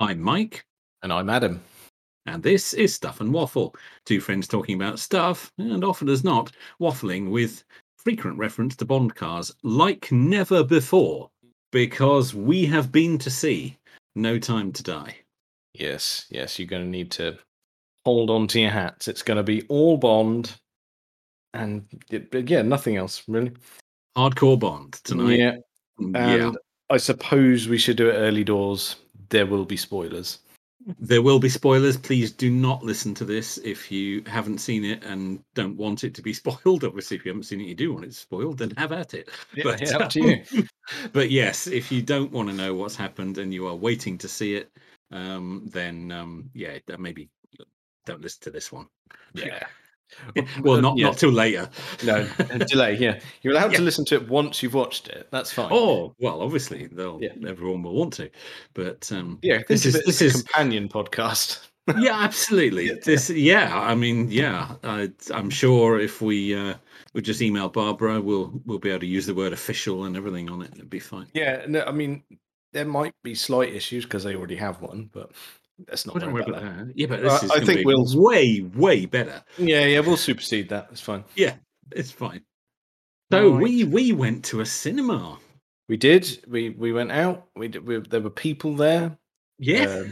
I'm Mike, And I'm Adam. and this is Stuff and Waffle. Two friends talking about stuff, and often as not, waffling with frequent reference to Bond cars like never before, because we have been to see No Time to Die. Yes, yes, you're going to need to hold on to your hats. It's going to be all Bond, and it, but yeah, nothing else really. Hardcore Bond tonight. Mm, Yeah, and yeah. I suppose we should do it early doors. There will be spoilers. There will be spoilers. Please do not listen to this if you haven't seen it and don't want it to be spoiled. Obviously, if you haven't seen it, you do want it spoiled, then have at it. But, yeah, up to um, you. but yes, if you don't want to know what's happened and you are waiting to see it, um, then um, yeah, that maybe don't listen to this one. Yeah. well, not uh, yeah. not till later. No delay. Yeah, you're allowed Yeah. to listen to it once you've watched it. That's fine. oh well, obviously they'll Yeah. everyone will want to, but um, yeah. this This is- is this this is is- a companion podcast. yeah, absolutely. This, yeah, I mean, yeah, I, I'm sure if we uh, we just email Barbara, we'll we'll be able to use the word official and everything on it. It'd be fine. Yeah, no, I mean there might be slight issues because they already have one, but let's not Well, don't worry worry about that. about that. Yeah, but Uh, this is I gonna think be we'll- way way better. Yeah, yeah, we'll supersede that. It's fine. It's fine. So Right. we we went to a cinema. We did. We we went out. We, did, we there were people there. Yeah,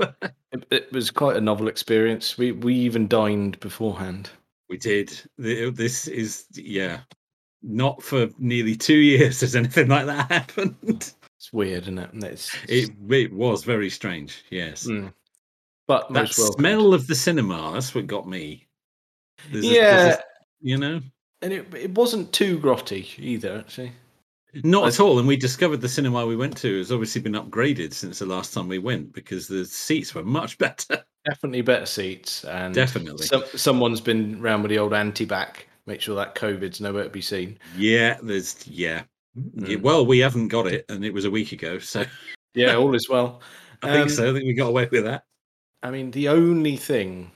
Um, it, it was quite a novel experience. We we even dined beforehand. we did. Th- This is yeah, not for nearly two years has anything like that happened. It's weird, isn't it? It's, It it was very strange. Yes, mm. but that most welcomed. smell of the cinema. That's what got me. There's a- there's Yeah, a- you know, and it it wasn't too grotty either. Actually, not I- at all. And we discovered the cinema we went to has obviously been upgraded since the last time we went because the seats were much better. definitely better seats and Definitely. Some, someone's been round with the old anti-back. Make sure that COVID's nowhere to be seen. yeah, there's yeah. Yeah, Mm. Well, we haven't got it, and it was a week ago, so Yeah, all is well. I think Um, so. I think we got away with that. I mean, the only thing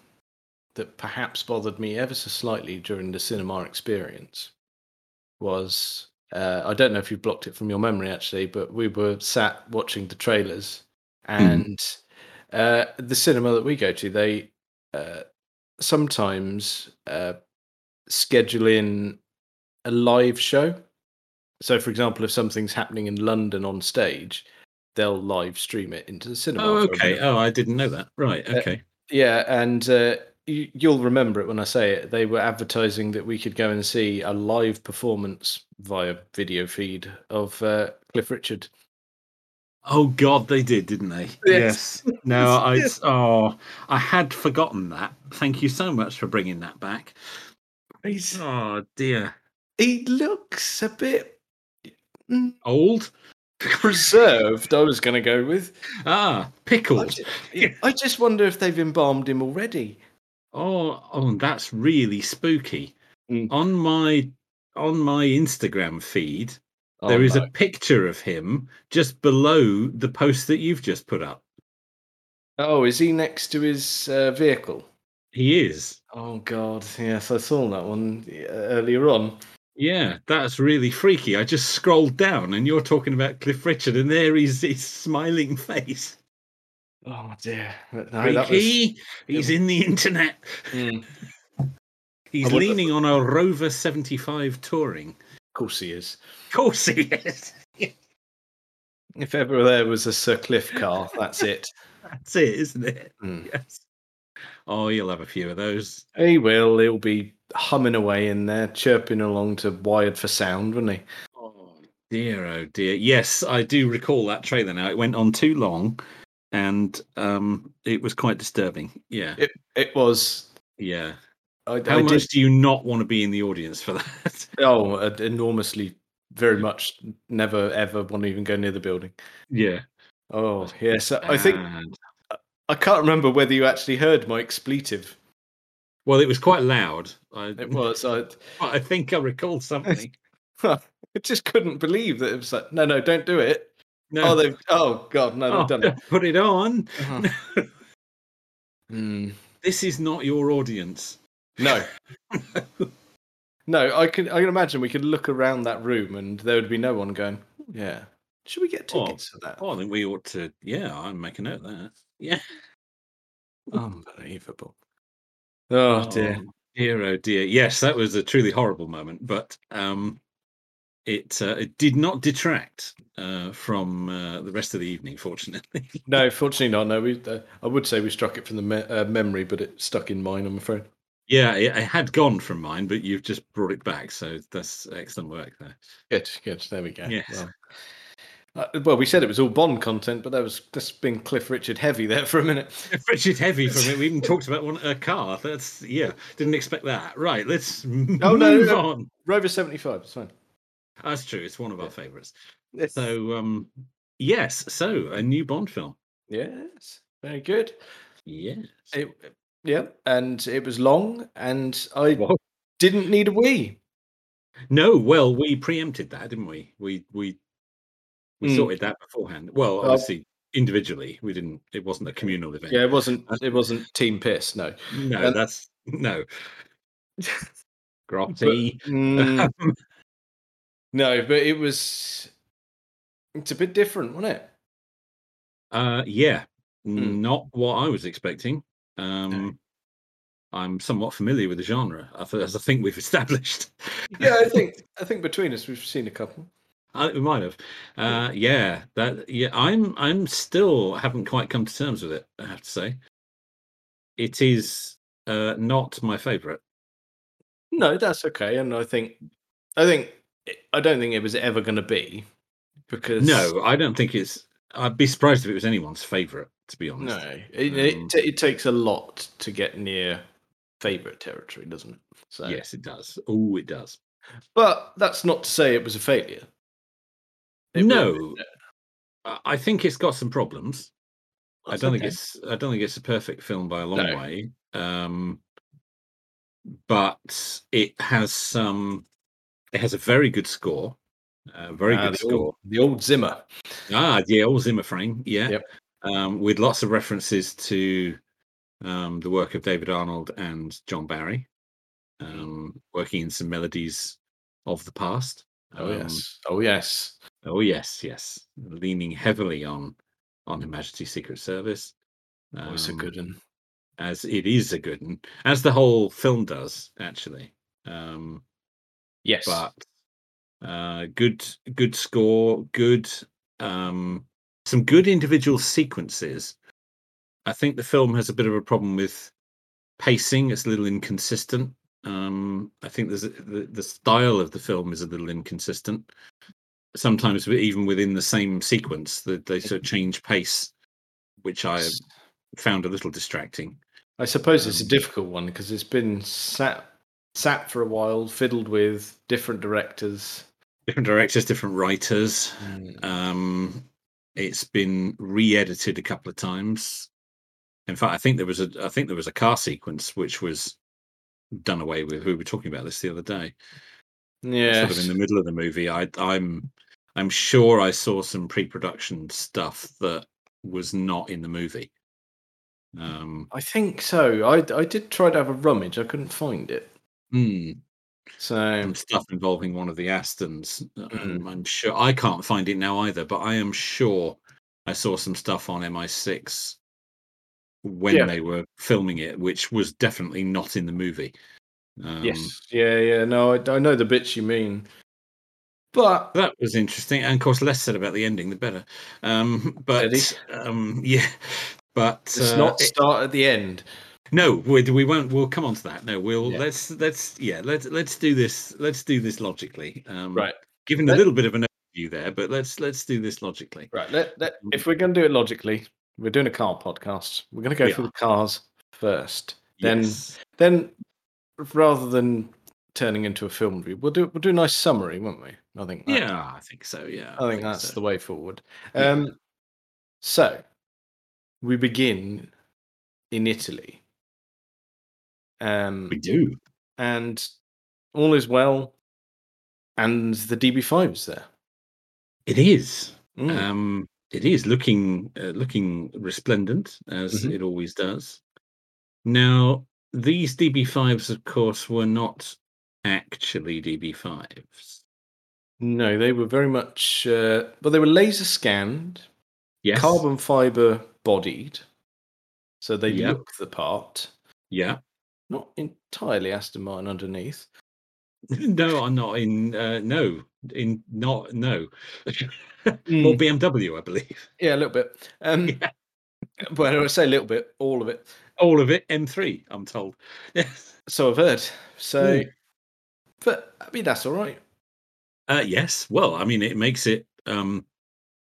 that perhaps bothered me ever so slightly during the cinema experience was uh, I don't know if you blocked it from your memory actually, but we were sat watching the trailers, Hmm. and uh, the cinema that we go to, they uh, sometimes uh, schedule in a live show. So, for example, if something's happening in London on stage, they'll live stream it into the cinema. Oh, for a bit okay. of- Oh, I didn't know that. Right. Uh, Okay. yeah, and uh, you, you'll remember it when I say it. They were advertising that we could go and see a live performance via video feed of uh, Cliff Richard. oh God, they did, didn't they? Yes. No, I Yes. oh, I had forgotten that. Thank you so much for bringing that back. He's, Oh dear. he looks a bit Old. preserved. I was going to go with. Ah, I pickled. ju- yeah, I just wonder if they've embalmed him already. Oh, oh, that's really spooky. Mm. On my on my Instagram feed, Oh, there is no. a picture of him just below the post that you've just put up. Oh, is he next to his uh, vehicle? He is. Oh God, yes, I saw that one uh, earlier on. Yeah, that's really freaky. I just scrolled down and you're talking about Cliff Richard and there is his smiling face. Oh dear, no, that was. Freaky. He's in the internet. Mm. Of He's wonder- leaning on a Rover 75 touring. course he is. Of course he is. If ever there was a Sir Cliff car, that's it. That's it, isn't it? Mm. Yes. Oh, you'll have a few of those. He will. He'll be humming away in there, chirping along to Wired for Sound, wouldn't he? Oh dear, oh dear. Yes, I do recall that trailer now. It went on too long and um it was quite disturbing. Yeah. It was. Yeah. I, How I much did. do you not want to be in the audience for that? Oh, uh, enormously, very much. Never ever want to even go near the building. yeah. Oh yes, I I think And- I can't remember whether you actually heard my expletive. well, it was quite loud. I, It was. I, I think I recall something. I just couldn't believe that it was like, no, no, don't do it. No. Oh, they've. Oh God, no, they've Oh, done it. Put it on. Uh-huh. Mm. This is not your audience. No. no, I can I can imagine we could look around that room and there would be no one going, yeah. Should we get Oh. tickets for that? Oh, I think we ought to. Yeah, I'll make a note of that. Yeah. Unbelievable. Oh, dear. Oh, dear, oh dear. Yes, that was a truly horrible moment, but um, it uh, it did not detract uh, from uh, the rest of the evening. Fortunately, No, fortunately not. No, we. Uh, I would say we struck it from the me- uh, memory, but it stuck in mine. I'm afraid. yeah, it, it had gone from mine, but you've just brought it back. So that's excellent work there. Good, good. There we go. Yes. Well, uh, well, we said it was all Bond content, but that was just been Cliff Richard heavy there for a minute. Richard Heavy from it. We even talked about one a car. That's yeah, didn't expect that. Right, let's move no, no. on. Rover seventy five. It's fine. That's true. It's one of our favourites. Yes. So um, yes, so a new Bond film. Yes. Very good. Yeah. It, yeah, and it was long, and I Whoa. didn't need a wee. No, well, we preempted that, didn't we? We we we Mm. sorted that beforehand. Well, Well- obviously individually, we didn't. It wasn't a communal event. Yeah, it wasn't. It wasn't team piss. No. No, um, that's no. Grotty. Mm, no, but it was. It's a bit different, wasn't it? Uh, yeah, Mm. not what I was expecting. Um, I'm somewhat familiar with the genre, I th- as I think we've established. Yeah, I think I think between us we've seen a couple. I, we might have. Uh, yeah, that. Yeah, I'm. I'm still haven't quite come to terms with it. I have to say, it is uh, not my favourite. No, that's okay. And I think, I think, I don't think it was ever going to be because No, I don't think it's. I'd be surprised if it was anyone's favourite. To be honest. no, it, it, Um, ta- it takes a lot to get near favorite territory, doesn't it? So, Yes, it does. Oh, it does. but that's not to say it was a failure. It no, would- I I think it's got some problems. I that's don't think okay. it's. I don't think it's a perfect film by a long No. way. Um, but it has some. It has a very good score. Uh, very Ah, good the, score. old, the old Zimmer. Ah, yeah, all Zimmer frame, yeah. Yep. Um, with lots of references to um, the work of David Arnold and John Barry, um, working in some melodies of the past. Oh Um, yes, oh yes. oh yes, yes, leaning heavily on on Her Majesty's Secret Service. Always um, Oh, a good one. as it is a good one, as the whole film does actually. Um, Yes, but uh, good good score good um some good individual sequences i think the film has a bit of a problem with pacing it's a little inconsistent um i think there's a, the, the style of the film is a little inconsistent sometimes wi- even within the same sequence that they sort of change pace which i S- found a little distracting I suppose it's a um, difficult one because it's been sat sat for a while, fiddled with different directors. different directors different writers Um, it's been re-edited a couple of times. In fact, I think there was a I think there was a car sequence which was done away with. We were talking about this the other day. Yeah, Sort of in the middle of the movie. I I'm I'm sure I saw some pre-production stuff that was not in the movie. Um I think so. I I did try to have a rummage. I couldn't find it. hmm, So some stuff involving one of the Astons. Mm. Um, I'm sure I can't find it now either, but I am sure I saw some stuff on MI6 when Yeah. they were filming it, which was definitely not in the movie. Um, yes, yeah, yeah. No, I, I know the bits you mean, but that was interesting, and of course, less said about the ending, the better. Um, but um, yeah, but it's uh, not it- start at the end. No, we, we won't. We'll come on to that. No, we'll Yeah. let's let's yeah let's let's do this. Let's do this logically. Um, Right. Given a Let- little bit of an overview there, but let's let's do this logically. Right. Let, let, Mm-hmm. if we're going to do it logically, we're doing a car podcast. We're going to go We for are. the cars first. Then Yes. then rather than turning into a film review, we'll do we'll do a nice summary, won't we? I think. that- yeah, I think so. Yeah, I think that's so. the way forward. Yeah. Um, so we begin in Italy. Um, we do. and all is well, and the DB5 is there. It is. Mm. Um, it is looking uh, looking resplendent as Mhm. it always does. Now, these DB5s, of course, were not actually DB5s. No, they were very much. Uh, well, they were laser scanned, Yes. carbon fiber bodied, so they Yep. look the part. Yeah. Not entirely Aston Martin underneath. No, I'm not in. Uh, no, in not no. Hmm. Or BMW, I believe. Yeah, a little bit. Um, Mm. Yeah. Well, I say a little bit, all of it. All of it M3. I'm told. Yes. So I've heard. So, Mm. but I mean, that's all right. Uh, yes. Well, I mean, it makes it um,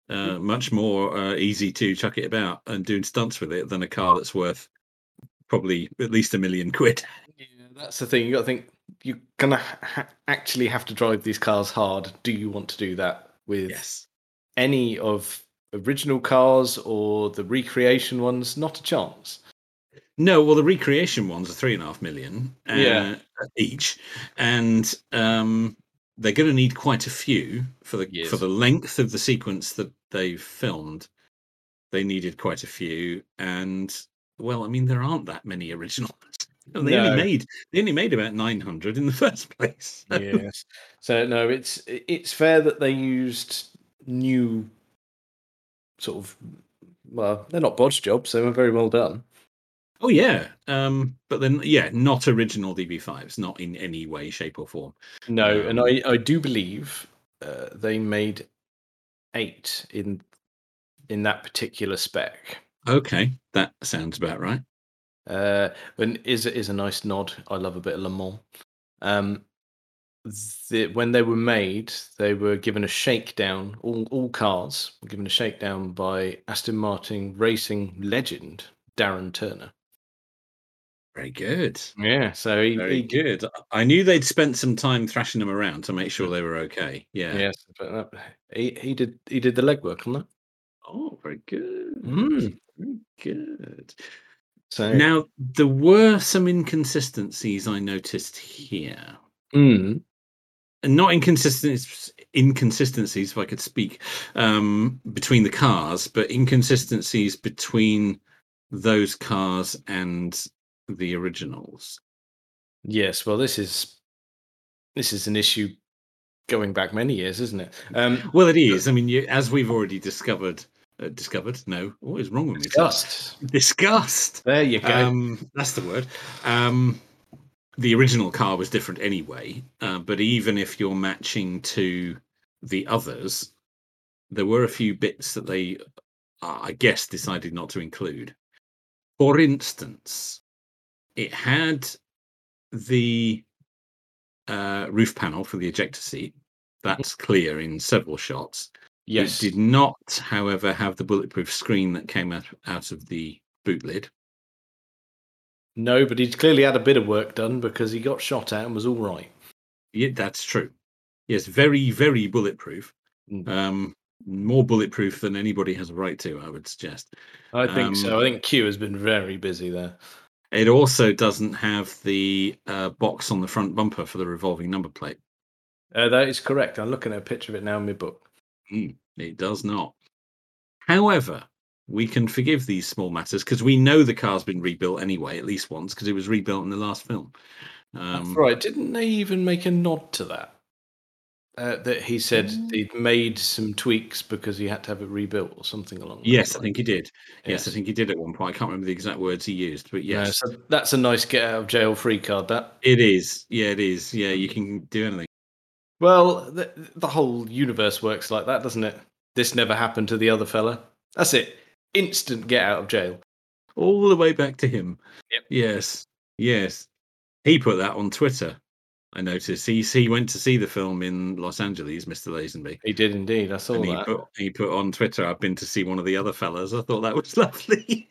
uh, much more uh, easy to chuck it about and doing stunts with it than a car that's worth probably at least a million quid. Yeah, that's the thing. You got to think you're gonna ha- actually have to drive these cars hard. Do you want to do that with Yes. any of original cars or the recreation ones? Not a chance. No, well, the recreation ones are three and a half million uh, Yeah. each, and um, they're going to need quite a few for the for Yes. the length of the sequence that they've filmed. They needed quite a few, and well, I mean, there aren't that many originals. And they No. only made they only made about nine hundred in the first place. so- yes. So no, it's i- it's fair that they used new sort of. Well, they're not bodge jobs. They were very well done. Oh yeah, um, but then yeah, not original DB fives, not in any way, shape, or form. No, and Um, I, I do believe uh, they made eight in in that particular spec. Okay, that sounds about right. Uh, and is is a nice nod. I love a bit of Le Mans. Um, the, when they were made, they were given a shakedown. All all cars were given a shakedown by Aston Martin racing legend Darren Turner. Very good. Yeah, so he, Very he good. I knew they'd spent some time thrashing them around to make sure they were okay. Yeah. yes, but that, he he did he did the legwork on that. Oh, very good. Mm. Very good. So Now, there were some inconsistencies I noticed here. Mm. And not inconsistencies, inconsistencies, if I could speak, um, between the cars, but inconsistencies between those cars and the originals. Yes, well, this is this is an issue going back many years, isn't it? Um, Well, it is. I mean, you, as we've already discovered, uh, discovered, no, what is wrong with me? today? dust. Discussed. There you go. Um, that's the word. Um, the original car was different anyway, uh, but even if you're matching to the others, there were a few bits that they, uh, I guess, decided not to include. For instance, it had the uh, roof panel for the ejector seat. That's clear in several shots. yes. It did not, however, have the bulletproof screen that came out, out of the boot lid. No, but he'd clearly had a bit of work done because he got shot at and was all right. Yeah, that's true. Yes, very, very bulletproof. Mm. Um, more bulletproof than anybody has a right to, I would suggest. I think Um, so. I think Q has been very busy there. It also doesn't have the uh, box on the front bumper for the revolving number plate. Uh, that is correct. I'm looking at a picture of it now in my book. Mm, it does not. However, we can forgive these small matters because we know the car's been rebuilt anyway, at least once, because it was rebuilt in the last film. Um, That's right. Didn't they even make a nod to that? Uh, that he said he'd made some tweaks because he had to have it rebuilt or something along. those Yes, I lines. think he did. Yes. I Yes. think he did at one point. I can't remember the exact words he used, but Yeah, yes, so that's a nice get out of jail free card. That it is. Yeah, it is. Yeah, you can do anything. Well, the, the whole universe works like that, doesn't it? This never happened to the other fella. That's it. Instant get out of jail. all the way back to him. Yep. Yes, yes. He put that on Twitter. I noticed he he went to see the film in Los Angeles, Mr. Lazenby, He did indeed. I saw and he that. put he put on Twitter, "I've been to see one of the other fellas." I thought that was lovely.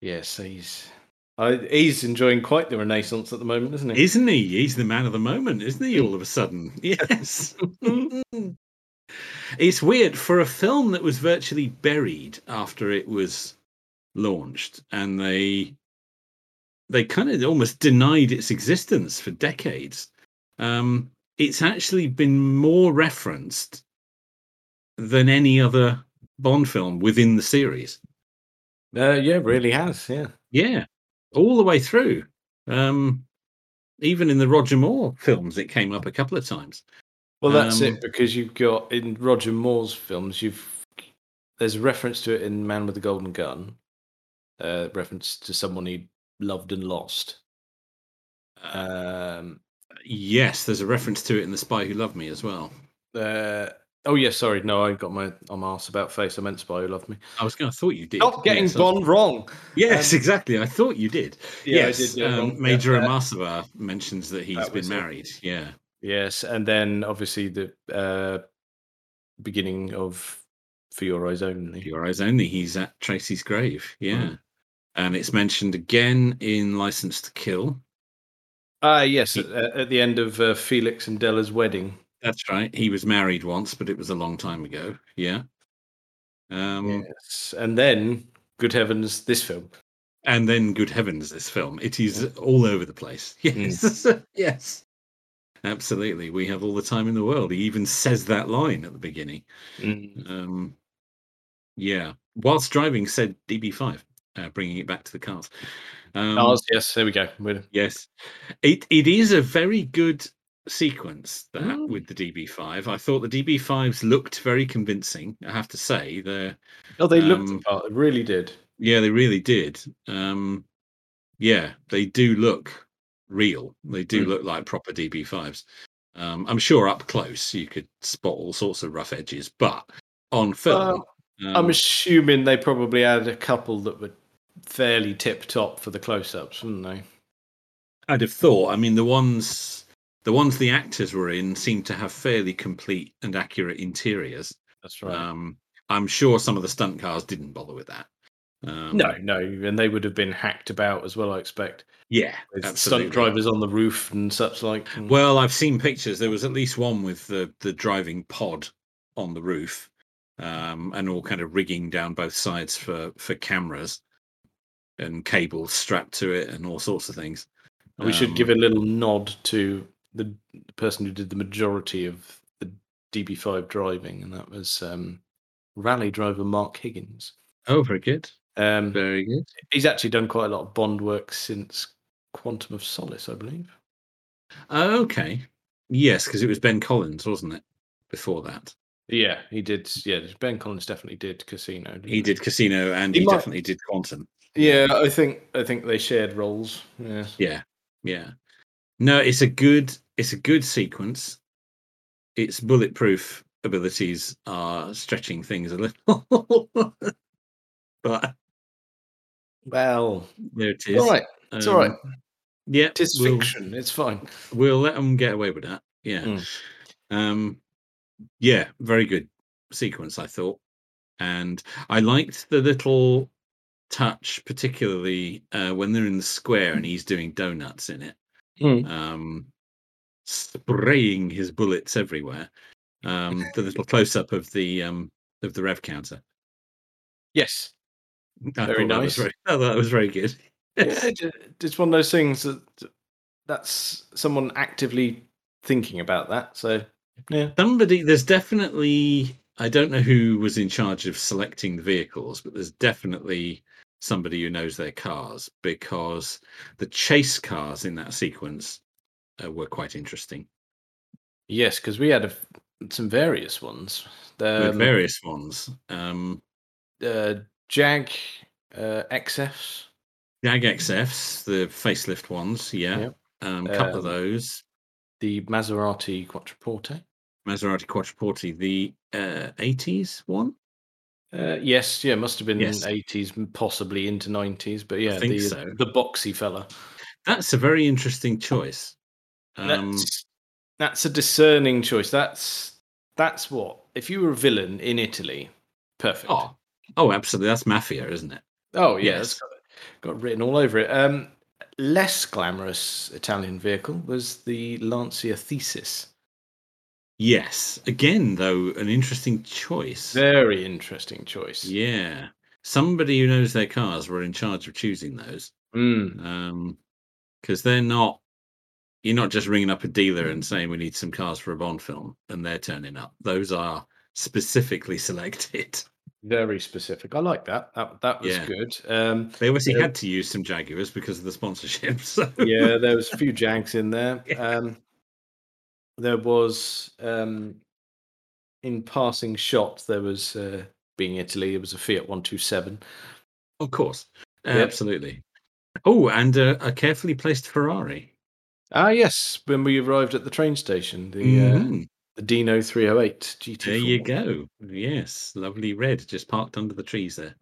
Yes, he's I, Uh, he's enjoying quite the renaissance at the moment, isn't he? isn't he? He's the man of the moment, isn't he? All of a sudden, yes. it's weird for a film that was virtually buried after it was launched, and they they kind of almost denied its existence for decades. Um, it's actually been more referenced than any other Bond film within the series. Uh, yeah, really has. Yeah. Yeah, all the way through. Um, even in the Roger Moore films, it came up a couple of times. Well, that's Um, it because you've got in Roger Moore's films, you've there's a reference to it in Man with the Golden Gun, uh, reference to someone he loved and lost. Um, Yes, there's a reference to it in The Spy Who Loved Me as well. uh, oh yeah, sorry, no, I got my I'm asked about face. I meant Spy Who Loved Me. I was going to thought you did. Not Oh, getting yes, I- Bond wrong. Yes, um, exactly. I thought you did. Yeah, I yes, did do it wrong, um, yeah, Major uh, Amasava mentions that he's that been was it. married. Yeah. Yes, and then obviously the uh, beginning of For Your Eyes Only. Your Eyes Only, he's at Tracy's grave. Yeah. Mm. And it's mentioned again in License to Kill. Ah, yes, He- at, at the end of uh, Felix and Della's wedding. That's right. He was married once, but it was a long time ago. Yeah. Um, Yes, and then good heavens, this film. And then Good Heavens, this film. It is all over the place. Yes. yes. Absolutely. We have all the time in the world. He even says that line at the beginning. Um, yeah. Whilst driving, said DB5, uh, bringing it back to the cars. Um, Ours, yes, there we go. We're- Yes, it it is a very good sequence that Mm. with the DB5. I thought the DB5s looked very convincing. I have to say, they Oh, they looked Um, the part. They really did. yeah, they really did. Um, yeah, they do look real. They do Mm. look like proper DB5s. Um, I'm sure up close you could spot all sorts of rough edges, but on film, Uh, I'm um, assuming they probably had a couple that were fairly tip top for the close ups, wouldn't they? I'd have thought. I mean, the ones the ones the actors were in seemed to have fairly complete and accurate interiors. That's right. Um, I'm sure some of the stunt cars didn't bother with that. Um, no, no, and they would have been hacked about as well, I expect. yeah, With absolutely. stunt drivers on the roof and such like. and- Well, I've seen pictures. There was at least one with the the driving pod on the roof, um, and all kind of rigging down both sides for for cameras and cables strapped to it and all sorts of things. we should give a little nod to the person who did the majority of the DB5 driving, and that was um, rally driver Mark Higgins. Oh, very good. Um, Very good. he's actually done quite a lot of Bond work since Quantum of Solace, I believe. Oh, okay. Yes, because it was Ben Collins, wasn't it? Before that, Yeah, he did. Yeah, Ben Collins definitely did Casino. didn't he did Casino, and He he might- definitely did Quantum. Yeah, I think I think they shared roles. Yeah. Yeah, yeah. No, it's a good it's a good sequence. Its bulletproof abilities are stretching things a little, but Well, there it is. all right, it's all right. Um, Yeah, It is we'll, fiction. It's fine. we'll let them get away with that. Yeah. Mm. Um. Yeah, very good sequence, I thought, and I liked the little touch, particularly uh, when they're in the square and he's doing donuts in it. Mm. um, spraying his bullets everywhere. Um, the little close up of the um, of the rev counter. Yes. I Very thought That was nice. very, I thought that was very good. yeah, ju- it's one of those things that that's someone actively thinking about that. So yeah, Somebody, there's definitely. I don't know who was in charge of selecting the vehicles, but there's definitely somebody who knows their cars because the chase cars in that sequence uh, were quite interesting. yes, because we had a, f- some various ones. There were The various ones. Um, uh, Jag uh, XFs. Jag XFs, the facelift ones, yeah. Yep. Um, a couple of Um, those. the Maserati Quattroporte. Maserati Quattroporti, the uh, 80s one. Uh, yes, yeah, must have been Yes. eighties, possibly into nineties, but yeah, think the so. the boxy fella. That's a very interesting choice. Um, That's that's a discerning choice. That's that's what if you were a villain in Italy, perfect. oh, oh, absolutely. That's Mafia, isn't it? Oh yeah, Yes. it's got, got written all over it. Um, less glamorous Italian vehicle was the Lancia Thesis. Yes. Again, though, an interesting choice. Very interesting choice. Yeah. Somebody who knows their cars were in charge of choosing those Mm. because they're not. You're not just ringing up a dealer and saying we need some cars for a Bond film, and they're turning up. Those are specifically selected. Very specific. I like that. That that was Yeah. good. Um, They obviously Yeah. had to use some Jaguars because of the sponsorship. So yeah, there was a few jags in there. Yeah. Um, there was um, in passing shot. There was uh, being Italy. There was a Fiat One Two Seven. Of course. Yep. Absolutely. Oh, and uh, a carefully placed Ferrari. Ah, yes. When we arrived at the train station, the uh, Mm, the Dino Three Hundred Eight GT. there you go. Yes, lovely red, just parked under the trees there.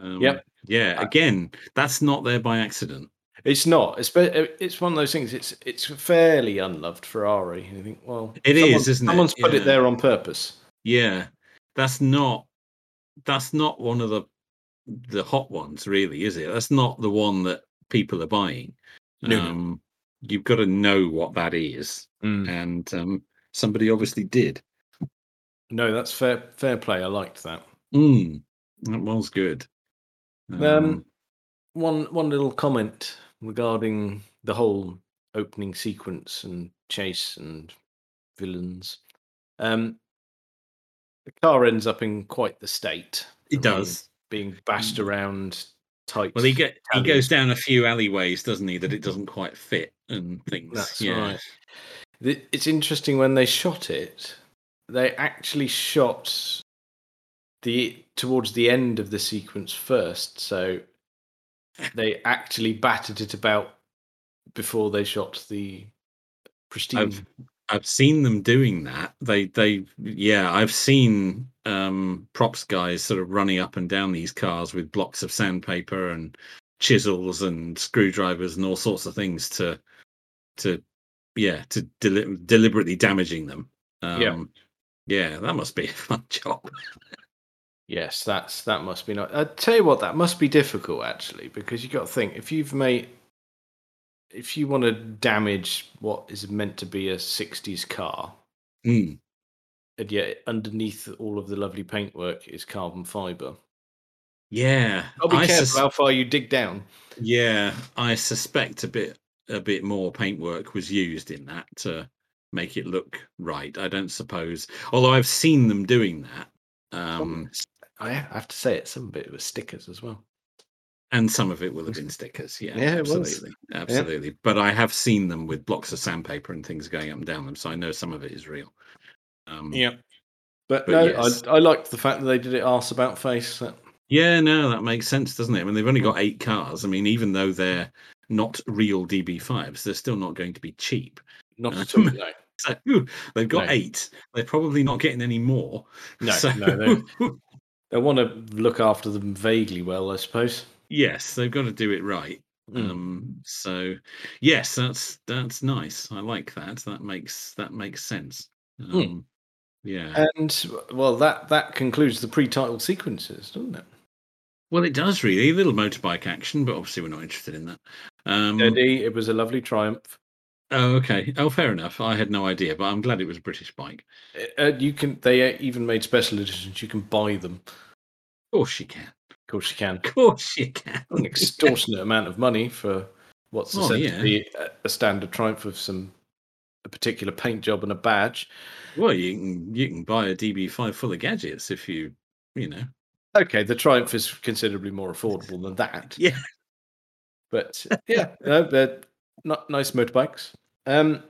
Um, Yep. Yeah. Uh, Again, that's not there by accident. It's not. It's be- uh, it's one of those things. It's it's a fairly unloved Ferrari. And you think, well, It it is, isn't it? Someone's put Yeah. it there on purpose. Yeah, that's not that's not one of the the hot ones, really, is it? That's not the one that people are buying. No, no. Um, you've got to know what that is, Hmm. and um, somebody obviously did. No, that's fair fair play. I liked that. Mm, that was good. Um, one one little comment regarding the whole opening sequence and chase and villains. Um, the car ends up in quite the state. it I mean, does. Mm. being bashed around tight. Well, he get he Italian. goes down a few alleyways, doesn't he? That it doesn't quite fit and things. That's yeah. right. Th- It's interesting when they shot it, they actually shot the towards the end of the sequence first, so they actually battered it about before they shot the pristine. I've I've seen them doing that. They they yeah, I've seen um props guys sort of running up and down these cars with blocks of sandpaper and chisels and screwdrivers and all sorts of things to to yeah, to deli- deliberately damaging them. Um Yeah. yeah, that must be a fun job. Yes, that's that must be not. I tell you what, that must be difficult actually, because you got to think if you've made, if you want to damage what is meant to be a '60s car, Mm, and yet underneath all of the lovely paintwork is carbon fiber. Yeah. I'll be I careful sus- how far you dig down. yeah, I suspect a bit a bit more paintwork was used in that to make it look right. I don't suppose, although I've seen them doing that, um, Oh. s- I ha- I have to say it. Some bit was stickers as well. and some of it will have been stickers. Yeah, Yeah, it was. absolutely, absolutely. But I have seen them with blocks of sandpaper and things going up and down them, so I know some of it is real. Um, but, But no, yes. I, I liked the fact that they did it arse about face. That, Yeah, no, that makes sense, doesn't it? I mean, they've only got eight cars. I mean, even though they're not real DB5s, they're still not going to be cheap. not at all. Um, No, So they've got No. eight. They're probably not getting any more. no, So- no. They, they want to look after them vaguely well, I suppose. yes, they've got to do it right. Mm. Um, so yes, that's that's nice. I like that. That makes that makes sense. Um, Mm. Yeah. And well, that that concludes the pre-title sequences, doesn't it? well, it does really a little motorbike action, but obviously we're not interested in that. Um, Eddie, it was a lovely triumph. oh, okay. Oh, fair enough. I had no idea, but I'm glad it was a British bike. Uh, Uh, you can. They uh, even made special editions. You can buy them. Of course you can. Of course, you can. Of course you can. an extortionate amount of money for what's Oh, essentially yeah. a, a standard triumph of some a particular paint job and a badge. Well, you can you can buy a DB5 full of gadgets if you you know. Okay, the triumph is considerably more affordable than that. Yeah. but yeah, no, they're not nice motorbikes. Um,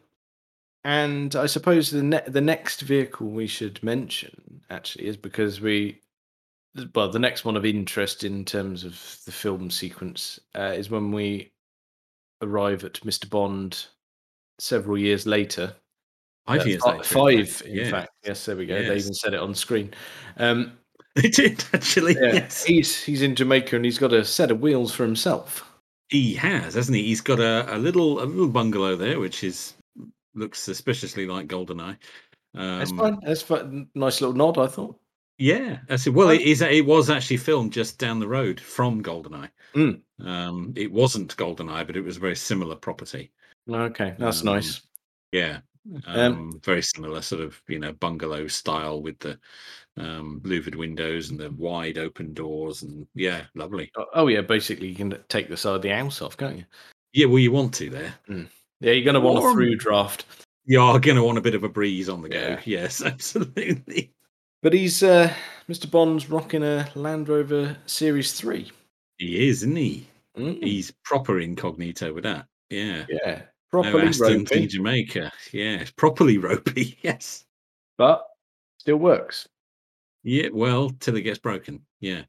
and I suppose the ne- the next vehicle we should mention actually is because we. Well, the next one of interest in terms of the film sequence uh, is when we arrive at Mr. Bond several years later. Five Uh, years fi- later, in Five, fact. in Yeah. fact. Yes, there we go. They Yes. even said it on screen. Um, They did actually. yeah, Yes, he's he's in Jamaica and he's got a set of wheels for himself. he has, hasn't he? He's got a, a little a little bungalow there, which is looks suspiciously like Goldeneye. Um, That's fine. That's fine. Nice little nod, I thought. Yeah, that's it. Well, it Fine. is. It was actually filmed just down the road from Goldeneye. Mm. Um, it wasn't Goldeneye, but it was a very similar property. Okay, that's Um, nice. Yeah. Um, very similar sort of you know bungalow style with the um louvered windows and the wide open doors and yeah lovely O- Oh yeah, basically you can take the side of the house off, can't you? yeah well you want to there Yeah, you're going to want a Warm. through draft. you are going to want a bit of a breeze on the go Yeah. yes absolutely But he's uh, Mr. Bond's rocking a Land Rover Series Three. He is, isn't he? Mm, He's proper incognito with that. Yeah. Yeah, No Properly Aston ropey, to Jamaica. Yes, properly ropey. Yes. but still works. Yeah. Well, till it gets broken. Yeah.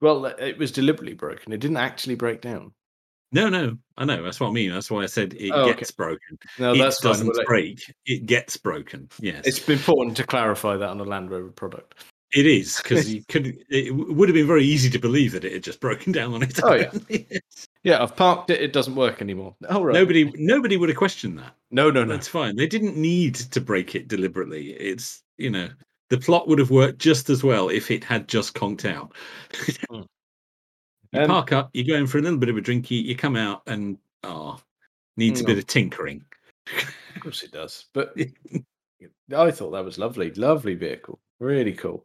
Well, it was deliberately broken. It didn't actually break down. No, no, I know. That's what I mean. That's why I said it Oh, okay. gets broken. No, it that's fine. doesn't Well, it- break. It gets broken. Yes, It's important to clarify that on a Land Rover product. it is because you could. It w- would have been very easy to believe that it had just broken down on its Oh, yeah. own. Yeah, I've parked it. It doesn't work anymore. Oh, right. Nobody, nobody would have questioned that. No, no, no. That's fine. They didn't need to break it deliberately. It's you know the plot would have worked just as well if it had just conked out. You Um, park up, you go in for a little bit of a drinky, you come out and ah, needs a No. bit of tinkering. Of course it does. But I thought that was lovely. Lovely vehicle. Really cool.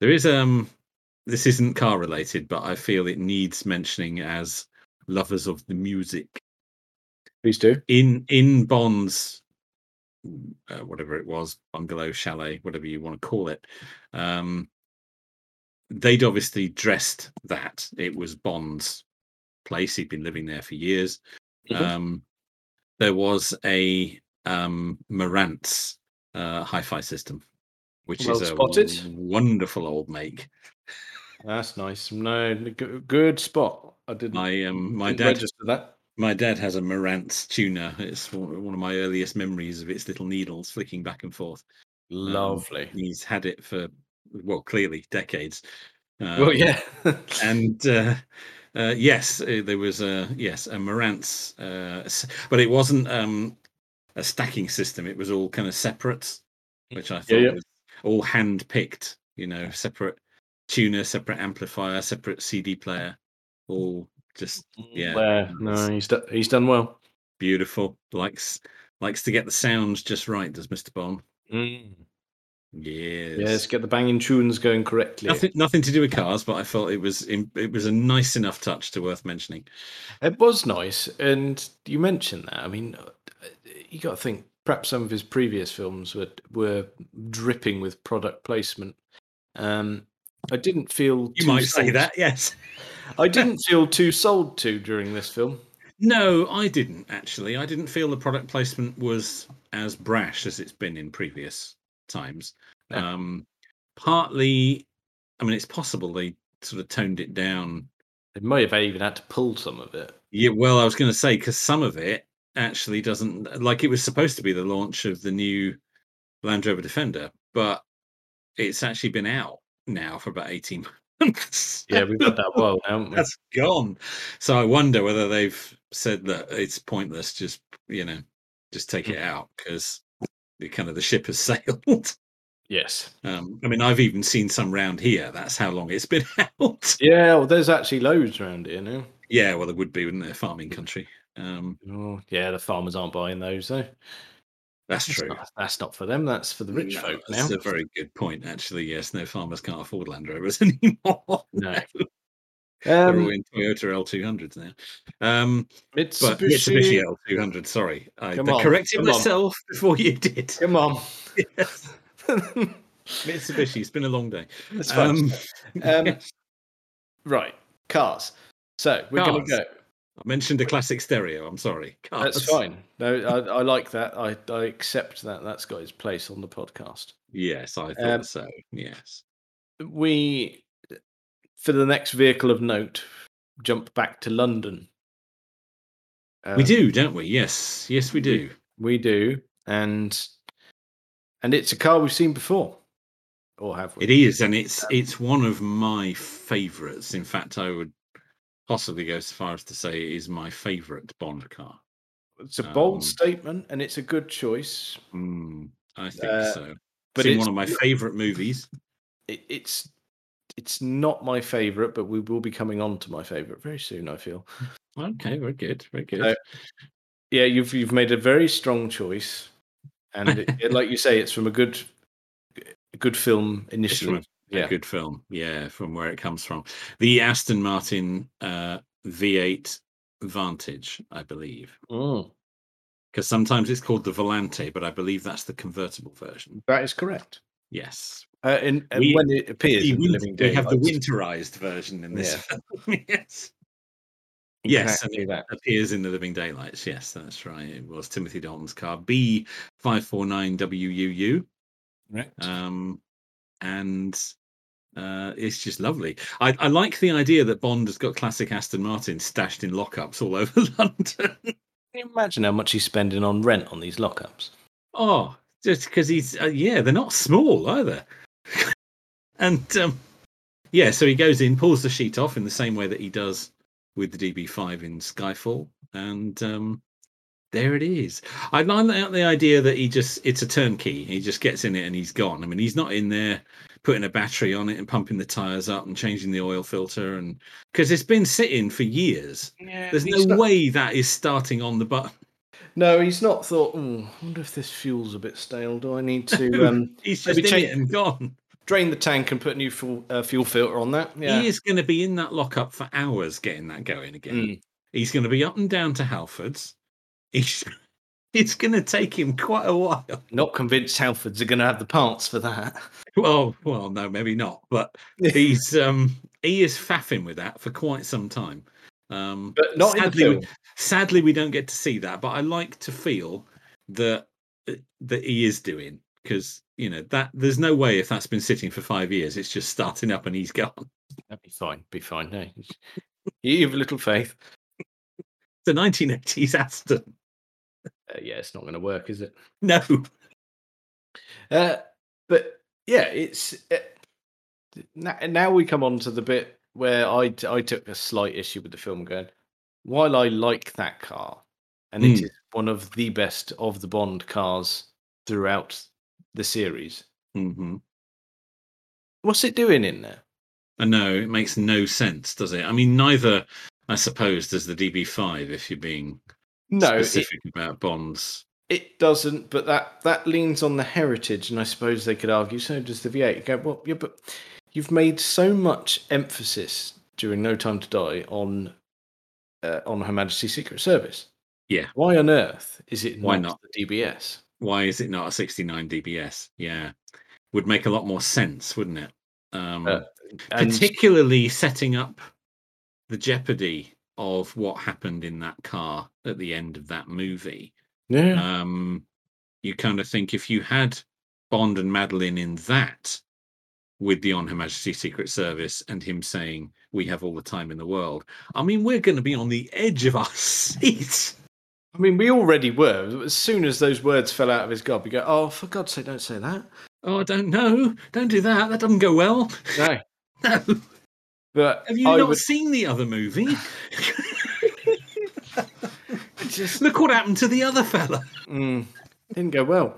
There is um this isn't car related, but I feel it needs mentioning as lovers of the music. Please do. In in Bond's uh, whatever it was, bungalow, chalet, whatever you want to call it. Um they'd obviously dressed that. It was Bond's place. He'd been living there for years. Mhm. Um there was a um Marantz uh hi-fi system, which Well is a spotted. wonderful old make. That's nice. No, g- good spot. I didn't, My um, my didn't dad register that. my dad has a Marantz tuner. It's one one of my earliest memories of its little needles flicking back and forth. Lovely. He's had it for well, clearly decades. Um, well, yeah. and uh, uh, yes, uh, there was a yes a Marantz, uh, s- but it wasn't um, a stacking system. It was all kind of separate, which I thought yeah. was all hand picked. You know, separate tuner, separate amplifier, separate CD player, Mm. all just yeah. Well, no, he's, do- he's done well. beautiful. Likes likes to get the sounds just right, does Mister Bond? Yes. Mm. Yes, get the banging tunes going correctly. Nothing, nothing to do with cars, but I felt it was in, it was a nice enough touch to worth mentioning. It was nice, and you mentioned that. I mean, uh, you got to think perhaps some of his previous films were were dripping with product placement. Um, I didn't feel You too might say sold- that, yes. I didn't feel too sold to during this film. No, I didn't actually. I didn't feel the product placement was as brash as it's been in previous times. No. Um, partly, I mean, it's possible they sort of toned it down They may have even had to pull some of it. Yeah, well, I was going to say because some of it actually doesn't like it was supposed to be the launch of the new Land Rover Defender, but it's actually been out now for about eighteen months. Yeah, we've had that a while, now, haven't we? that's gone. So I wonder whether they've said that it's pointless. Just you know, just take Hmm. it out because the kind of the ship has sailed. yes. Um, I mean, I've even seen some round here. That's how long it's been out. Yeah, well, there's actually loads around here now. yeah, well, it would be, wouldn't it? Farming Hmm. country. Um, Oh, yeah, the farmers aren't buying those though. that's That's true. not, that's not for them. That's for the rich No, folk now. That's a very good point, actually. Yes, no farmers can't afford Land Rovers anymore. No. They're all Um, in Toyota L200s now. Um, but Mitsubishi. Mitsubishi L200, sorry. I Come I on, corrected come on. myself before you did. Come on. Mitsubishi, it's been a long day. That's fine. Um, Um, Right, cars. So we're going Cars. to go. I mentioned a classic stereo. I'm sorry. That's Cars. fine. No, I, I like that. I, I accept that. That's got its place on the podcast. Yes, I thought Um, so. Yes. We, for the next vehicle of note, jump back to London. we Um, do, don't we? Yes. Yes, we do. We do, and and it's a car we've seen before, or have we? um, It is, and it's it's one of my favourites. In fact, I would possibly go so far as to say it is my favourite Bond car. It's a bold um, statement, and it's a good choice. Mm, I think Uh, so. But But in it's one of my favourite movies. it, it's it's not my favorite, but we will be coming on to my favorite very soon. I feel. Okay, very good, very good. Uh, yeah, you've you've made a very strong choice, and it, it- like you say, it's from a good, a good film It's from initially. a, yeah. a good film, yeah, from where it comes from. The Aston Martin uh, V8 Vantage, I believe, Mm, because sometimes it's called the Volante, but I believe that's the convertible version. that is correct. Yes, Uh, and and We- when it appears The in the win- Living we Daylights, have the winterized version in this. film. yes, Yes, Exactly that. appears in the Living Daylights. Yes, that's right. It was Timothy Dalton's car B five four nine WUU, Correct. um, and uh, it's just lovely. I, I like the idea that Bond has got classic Aston Martin stashed in lockups all over London. Can you imagine how much he's spending on rent on these lockups? Oh, just because he's uh, yeah, they're not small either. and um, yeah, so he goes in, pulls the sheet off in the same way that he does with the DB5 in Skyfall, and um, there it is. I like the the idea that he just—it's a turnkey. He just gets in it and he's gone. I mean, he's not in there putting a battery on it and pumping the tires up and changing the oil filter, and because it's been sitting for years. Yeah, There's no way that is starting on the button. No, he's not thought. "Hmm, I wonder if this fuel's a bit stale. Do I need to um, He's just Maybe in change- it and gone. drain the tank and put a new fuel, uh, fuel filter on that? Yeah. He is going to be in that lockup for hours getting that going again. Mm. He's going to be up and down to Halford's. He's, it's going to take him quite a while. Not convinced Halfords are going to have the parts for that. Well, well, no, maybe not. But he's um, he is faffing with that for quite some time. Um, But not in the sadly, we- film. sadly, we don't get to see that. But I like to feel that uh, that he is doing because you know that there's no way if that's been sitting for five years, it's just starting up and he's gone. That'd be fine. Be fine. No, you have a little faith. The 1980s Aston. Uh, yeah, it's not going to work, is it? No, Uh, but yeah, it's uh, now, now we come on to the bit where I t- I took a slight issue with the film going. While I like that car, and it Hmm. Mm. is one of the best of the Bond cars throughout the series, hmm Mm-hmm. what's it doing in there? I know it makes no sense, does it? I mean, neither, I suppose, does the DB5 if you're being No, it, specific about bonds. it doesn't. But that that leans on the heritage, and I suppose they could argue so does the V8. You go well, yeah, but you've made so much emphasis during No Time to Die on uh, on Her Majesty's Secret Service. Yeah. Why on earth is it Why not, the DBS? Why is it not a 69 DBS? Yeah, would make a lot more sense, wouldn't it? Um, Uh, And particularly setting up the jeopardy of what happened in that car at the end of that movie. yeah, um, you kind of think if you had Bond and Madeline in that with the On Her Majesty's Secret Service and him saying, We have all the time in the world. I mean, we're going to be on the edge of our seats. I mean, we already were. As soon as those words fell out of his gob, you go, "Oh, for God's sake, don't say that." Oh, I don't know. Don't do that. That doesn't go well. No, No. but Have you I not would seen the other movie? just Look what happened to the other fella. Mm, didn't go well.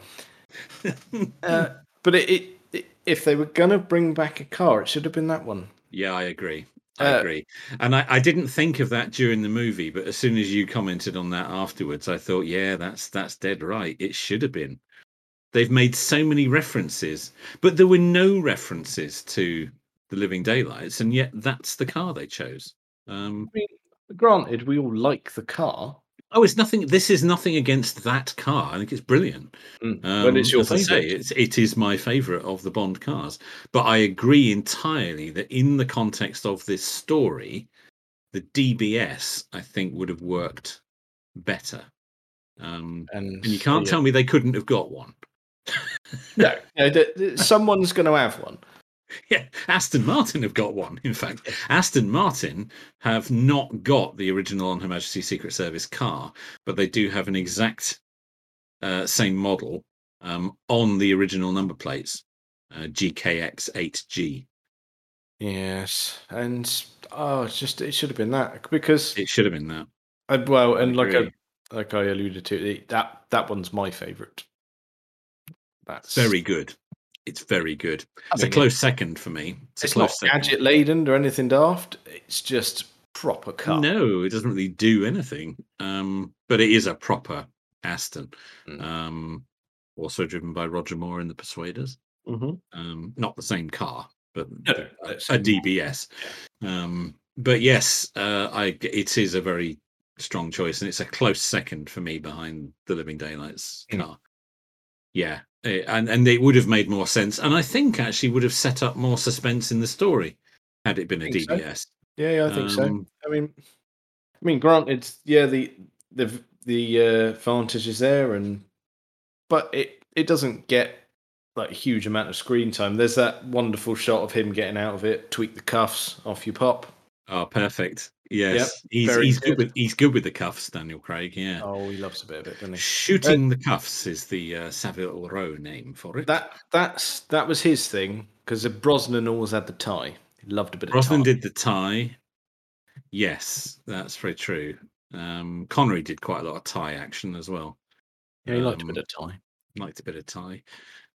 uh, but it, it, it, if they were gonna bring back a car, it should have been that one. Yeah, I agree. I Uh, agree. And I, I didn't think of that during the movie, but as soon as you commented on that afterwards, I thought, yeah, that's that's dead right. It should have been. They've made so many references, but there were no references to the Living Daylights, and yet that's the car they chose. Um, Granted, we all like the car. oh, it's nothing. This is nothing against that car. I think it's brilliant. Um, Well, Mm. it's your as I say, favourite. it's, it is my favourite of the Bond cars. But I agree entirely that in the context of this story, the DBS, I think, would have worked better. Um, and you can't yeah. tell me they couldn't have got one. No, no th- th- someone's going to have one. Yeah, Aston Martin have got one. In fact, Aston Martin have not got the original on Her Majesty's Secret Service car, but they do have an exact uh, same model um, on the original number plates, uh, GKX8G. Yes, and oh, it's just it should have been that because It should have been that. uh, well, I and like I, agree. like I alluded to, the- that that one's my favourite. That's very good. It's very good. I It's mean, a close second for me. It's, It's, a not close second. gadget laden or anything daft. It's just proper car. No, it doesn't really do anything. Um, but it is a proper Aston. Mm. Um, also driven by Roger Moore in The Persuaders. Mhm. Um, not the same car, but No, a, that's- a DBS. Um, but yes, uh, I g- it is a very strong choice, and it's a close second for me behind the Living Daylights Mm. car. Yeah, eh, and and it would have made more sense, and I think actually would have set up more suspense in the story had it been a Think so. DBS. Yeah, yeah, I think so. Um, I mean, I mean, granted, yeah, the the the uh, vantage is there, and but it it doesn't get like a huge amount of screen time. There's that wonderful shot of him getting out of it, tweak the cuffs off you pop. Oh, perfect. Yes, he's very he's good. good. with he's good with the cuffs, Daniel Craig. Yeah, Oh, he loves a bit of it, doesn't he? shooting the cuffs is the uh, Savile Row name for it. That that's that was his thing because Brosnan always had the tie. He loved a bit. Brosnan of tie. did the tie. Yes, that's very true. Um, Connery did quite a lot of tie action as well. Yeah, he liked a bit um, of tie. Liked a bit of tie.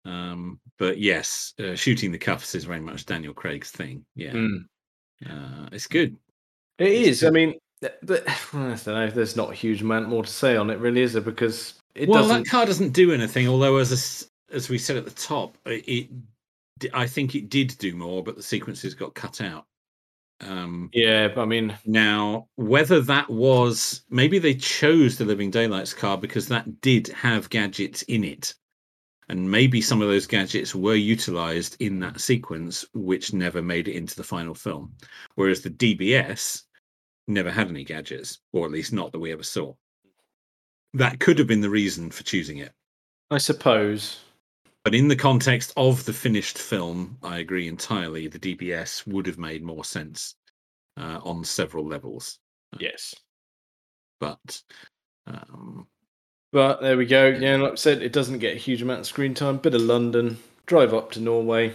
Um, but yes, uh, shooting the cuffs is very much Daniel Craig's thing. Yeah, Mm. uh, it's good. It It's is. I mean, th- th- I don't know. There's not a huge amount more to say on it, really, is there? Because it well, doesn't. that car doesn't do anything. Although, as a s as we said at the top, i- it, d I I think it did do more, but the sequences got cut out. Um, Yeah, but I mean, now, whether that was maybe they chose the Living Daylights car because that did have gadgets in it, and maybe some of those gadgets were utilized in that sequence, which never made it into the final film. Whereas the DBS never had any gadgets, or at least not that we ever saw. That could have been the reason for choosing it. I suppose. But in the context of the finished film, I agree entirely. The DBS would have made more sense uh, on several levels. Yes. but um, But there we go. Yeah, like I said, it doesn't get a huge amount of screen time. Bit of London, drive up to Norway,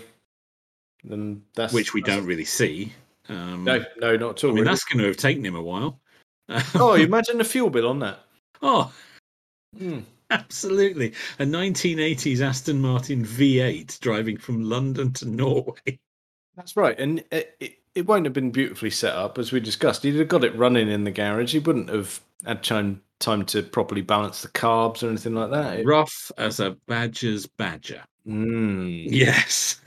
and that's which we that's- don't really see. Um, No, no, not at all. I mean really. that's going to have taken him a while. Oh, imagine the fuel bill on that. oh, Hmm. absolutely! A 1980s Aston Martin V8 driving from London to Norway. That's right, and it, it, it won't have been beautifully set up as we discussed. He'd have got it running in the garage. He wouldn't have had time time to properly balance the carbs or anything like that. It- Rough as a badger's badger. Mm. Yes.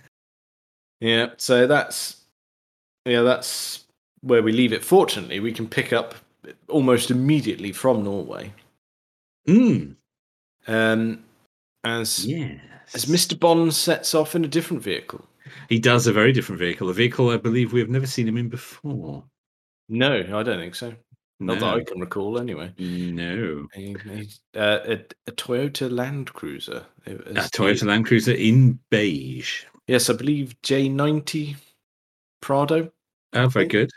Yeah, so that's yeah, that's where we leave it. Fortunately, we can pick up almost immediately from Norway. Mm. Um, as Yes. as Mr. Bond sets off in a different vehicle. He does a very different vehicle. A vehicle I believe we have never seen him in before. No, I don't think so. Not that No. I can recall, anyway. No. He- he's, uh, a, a Toyota Land Cruiser. It A was the- Toyota Land Cruiser in beige. Yes, I believe J90 Prado. Oh, very think. good.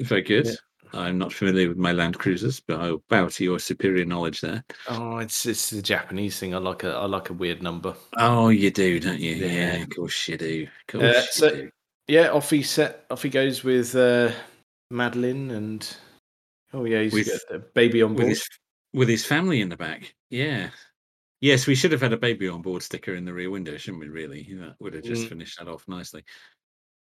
Very good. Yeah. I'm not familiar with my Land Cruisers, but I'll bow to your superior knowledge there. Oh, it's it's the Japanese thing. I like a I like a weird number. Oh, you do, don't you? Yeah, Yeah. of course you do. Of course Uh, you so- do. Yeah, off he set off he goes with uh, Madeline and oh yeah, he's With- got a baby on With board. his, with his family in the back. Yeah. Yes, we should have had a baby on board sticker in the rear window, shouldn't we, really? That would have just Mm. finished that off nicely.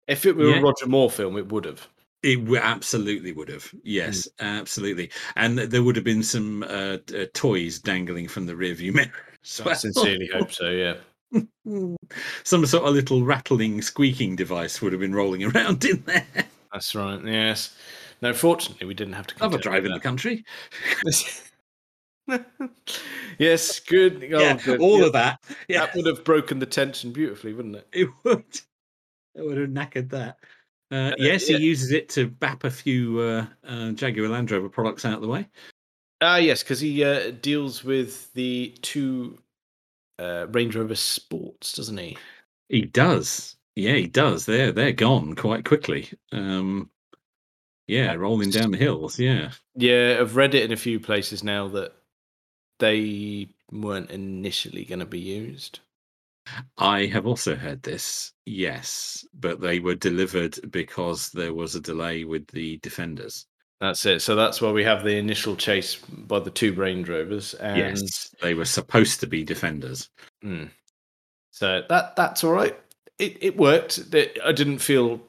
if it were yeah. a Roger Moore film, it would have. It w- absolutely would have. Yes, Mm. absolutely. And th- there would have been some uh, d- uh, toys dangling from the rear view mirror. as So I well. sincerely hope so. Yeah. Mm. Some sort of little rattling, squeaking device would have been rolling around in there. That's right. Yes. No, fortunately, we didn't have to. Love a contend drive with in the country. that. yes. Good. Oh, yeah, good. all Yeah, of that. Yeah, That would have broken the tension beautifully, wouldn't it? it would. It would have knackered that. Uh, yes, yeah. he uses it to bap a few uh, uh, Jaguar Land Rover products out of the way. Ah, yes, because he uh, deals with the two uh, Range Rover Sports, doesn't he? He does. Yeah, he does. They're they're gone quite quickly. Um, yeah, rolling down the hills. Yeah. Yeah, I've read it in a few places now that they weren't initially going to be used. I have also heard this, yes, but they were delivered because there was a delay with the defenders. That's it. So that's why we have the initial chase by the two Range Rovers. And yes, they were supposed to be defenders. Mm. so that that's all right. It it worked. That- I didn't feel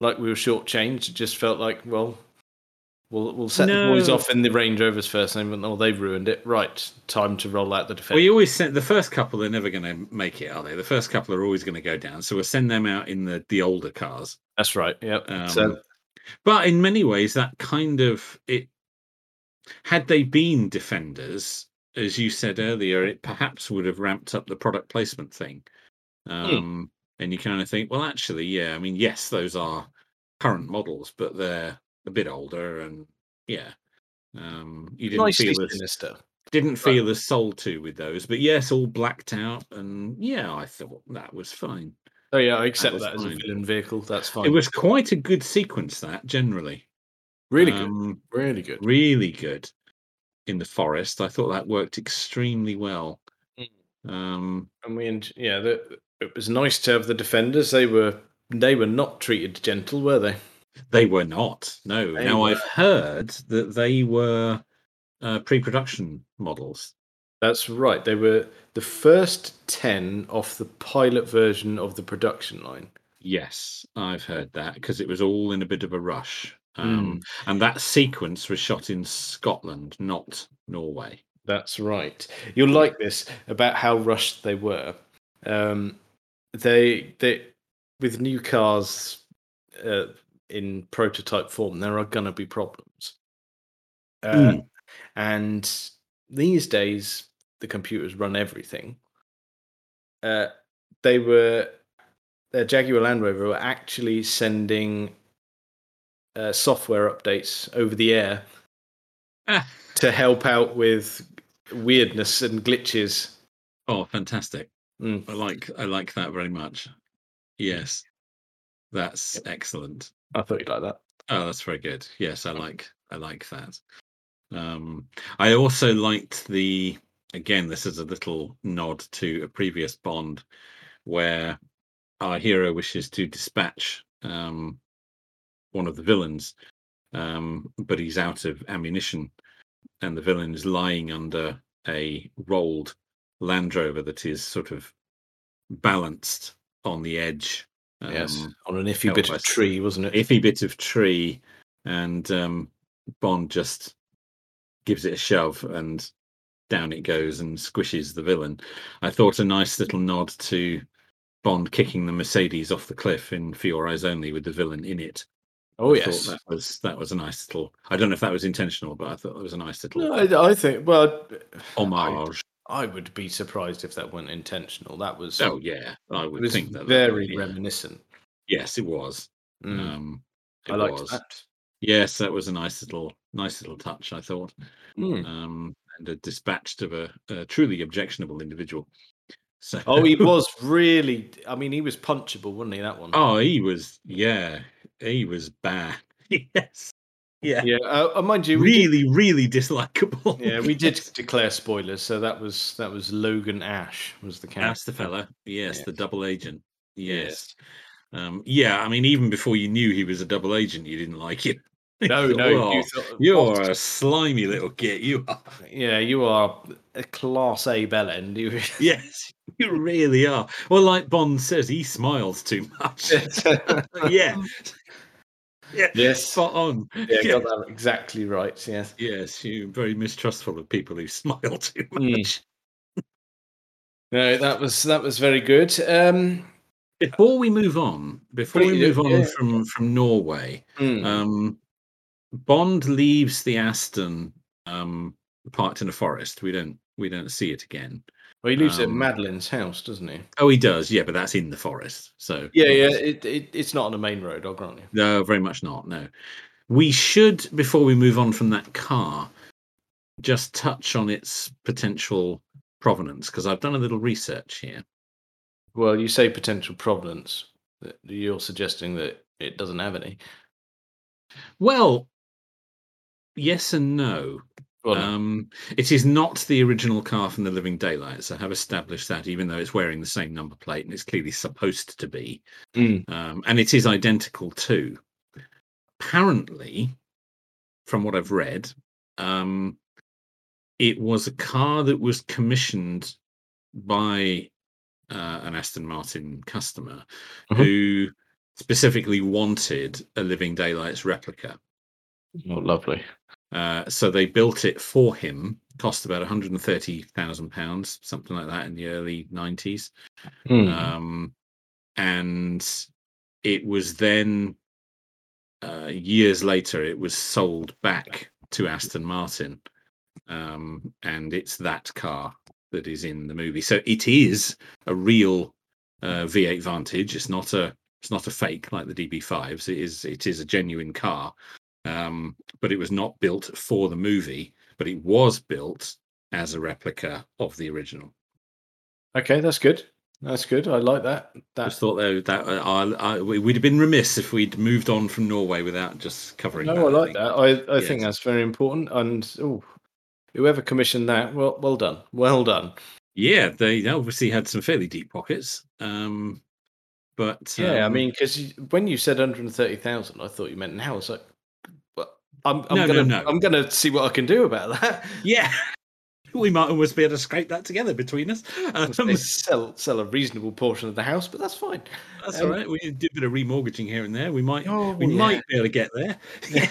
like we were shortchanged. It just felt like well. We'll, we'll set the boys No. off in the Range Rovers first, and even though they've ruined it, right? Time to roll out the defense. Well, you always send the first couple are never going to make it, are they? The first couple are always going to go down, so we'll send them out in the the older cars. That's right. Yep. Um, so but in many ways, that kind of it. Had they been defenders, as you said earlier, it perhaps would have ramped up the product placement thing. Um, And you kind of think, well, actually, yeah. I mean, yes, those are current models, but they're a bit older, and yeah, Um, you didn't Nicely feel as sinister. didn't feel as sold to with those, but yes, all blacked out, and yeah, I thought that was fine. Oh yeah, I accept was that, as a fine. villain vehicle. That's fine. It was quite a good sequence that generally, really Um, good. Really good. really good in the forest. I thought that worked extremely well. Mm. Um, and we en- yeah the, it was nice to have the defenders they were they were not treated gentle were they They were not. No. They now were- I've heard that they were uh, pre-production models. that's right they were the first 10 off the pilot version of the production line Yes, I've heard that because it was all in a bit of a rush. Mm. Um, And that sequence was shot in Scotland, not Norway. That's right. You'll like this about how rushed they were. Um, they they with new cars uh, in prototype form, there are gonna be problems. Uh, Mm. And these days, the computers run everything. Uh, they were uh, Jaguar Land Rover were actually sending uh, software updates over the air Ah. to help out with weirdness and glitches. Oh, fantastic! Mm. I like I like that very much. Yes, that's excellent. I thought you'd like that. Oh, that's very good. Yes, I like I like that. Um, I also liked the again. This is a little nod to a previous Bond, where our hero wishes to dispatch um, one of the villains, um, but he's out of ammunition, and the villain is lying under a rolled Land Rover that is sort of balanced on the edge. yes, um, on an iffy bit of helpless. tree, wasn't it? iffy bit of tree, and um, Bond just gives it a shove and down it goes and squishes the villain. I thought a nice little nod to Bond kicking the Mercedes off the cliff in Few Eyes Only with the villain in it. oh I thought yes. that was that was a nice little. I don't know if that was intentional, but I thought it was a nice little No, I, I think. Well, homage. I would be surprised if that weren't intentional. That was. Oh yeah, I it would was think that that- very yeah. reminiscent. Yes, it was. Mm, Um, it I liked was. that. Yes, that was a nice little nice little touch. I thought. Mm. um, and a dispatched of a, a truly objectionable individual. So, Oh, he was really. I mean, he was punchable, wasn't he? That one. oh, he was, yeah, he was bad. yes, yeah, yeah. Uh, uh, mind you, we did- really, really dislikable. yeah, we did declare spoilers, so that was that was Logan Ash was the character. That's the fella. Yes, Yeah. the double agent. Yes. Um, yeah, I mean, even before you knew he was a double agent, you didn't like him. You No, thought, no, you "Oh, thought, you're a slimy little git. You are. Yeah, you are a class A bellend. You Yes, you really are. Well, like Bond says, he smiles too much. yeah. Yeah. yes. Spot on. Yeah, got that exactly right. Yes. Yes, you're very mistrustful of people who smile too much. Mm. No, that was that was very good. Um, Before we move on, before we Please do, move on yeah. Mm. from from Norway, Hmm. um, Bond leaves the Aston um, parked in a forest. We don't we don't see it again. well, he lives at um, Madeline's house, doesn't he? Oh, he does. Yeah, but that's in the forest. So Yeah, yeah. It, it, it's not on the main road. I'll grant you. No, very much not. No. We should, before we move on from that car, just touch on its potential provenance because I've done a little research here. Well, you say potential provenance. that You're suggesting that it doesn't have any. Well, yes and no. Well, no. Um, it is not the original car from the Living Daylights. I have established that, even though it's wearing the same number plate and it's clearly supposed to be, Mm. um, and it is identical too. Apparently, from what I've read, um, it was a car that was commissioned by uh, an Aston Martin customer Mhm. who specifically wanted a Living Daylights replica. oh, lovely. Uh, so they built it for him. Cost about one hundred and thirty thousand pounds, something like that, in the early nineties. Mm. Um, and it was then uh, years later it was sold back to Aston Martin, um, and it's that car that is in the movie. So it is a real uh, V8 Vantage. It's not a it's not a fake like the DB5s. It is it is a genuine car um, but it was not built for the movie, but it was built as a replica of the original. Okay, that's good. That's good. I like that. I That's just thought though that uh, I, I, we- we'd have been remiss if we'd moved on from Norway without just covering. No, that, I like think. that. I, I think Yes. that's very important. And ooh, whoever commissioned that, well, well done. Well done. Yeah, they obviously had some fairly deep pockets, um, but yeah, I um, mean, because when you said 130,000, I thought you meant now. It's like, well, I'm, I'm No, no, gonna, no. I'm gonna see what I can do about that. yeah, we might almost be able to scrape that together between us. Um, They sell sell a reasonable portion of the house, but that's fine. That's Um, all right. We did a bit of remortgaging here and there. We might Oh, we yeah. might be able to get there. Yeah.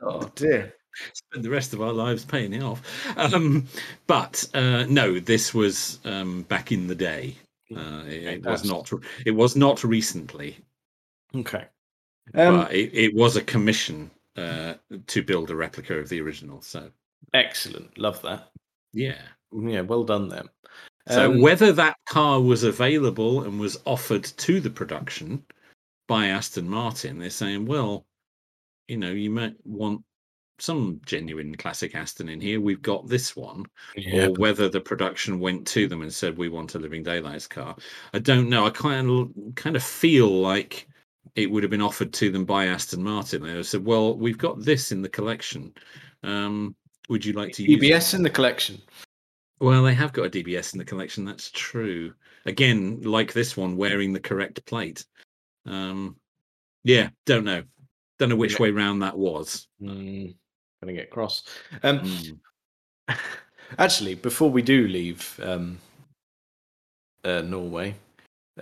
Oh dear. Spend the rest of our lives paying it off. Um, but uh, no, this was um, back in the day. Uh, it, it was that's- not. It was not recently, Okay. Um, but it, it was a commission uh, to build a replica of the original. So excellent. Love that. yeah. Yeah, well done then. So Um, whether that car was available and was offered to the production by Aston Martin, they're saying, well, you know, you might want some genuine classic Aston in here. We've got this one. yeah, Or whether the production went to them and said, we want a Living Daylights car. I don't know. I kind of kind of feel like it would have been offered to them by Aston Martin. They would have said, well, we've got this in the collection. Um, would you like to use it?" EBS in the collection. Well, they have got a DBS in the collection. That's true. Again, like this one, wearing the correct plate. Um, yeah, don't know. Don't know which Yeah. way round that was. Hmm. Mm, gonna get cross. Um, Mm. Actually, before we do leave um, uh, Norway,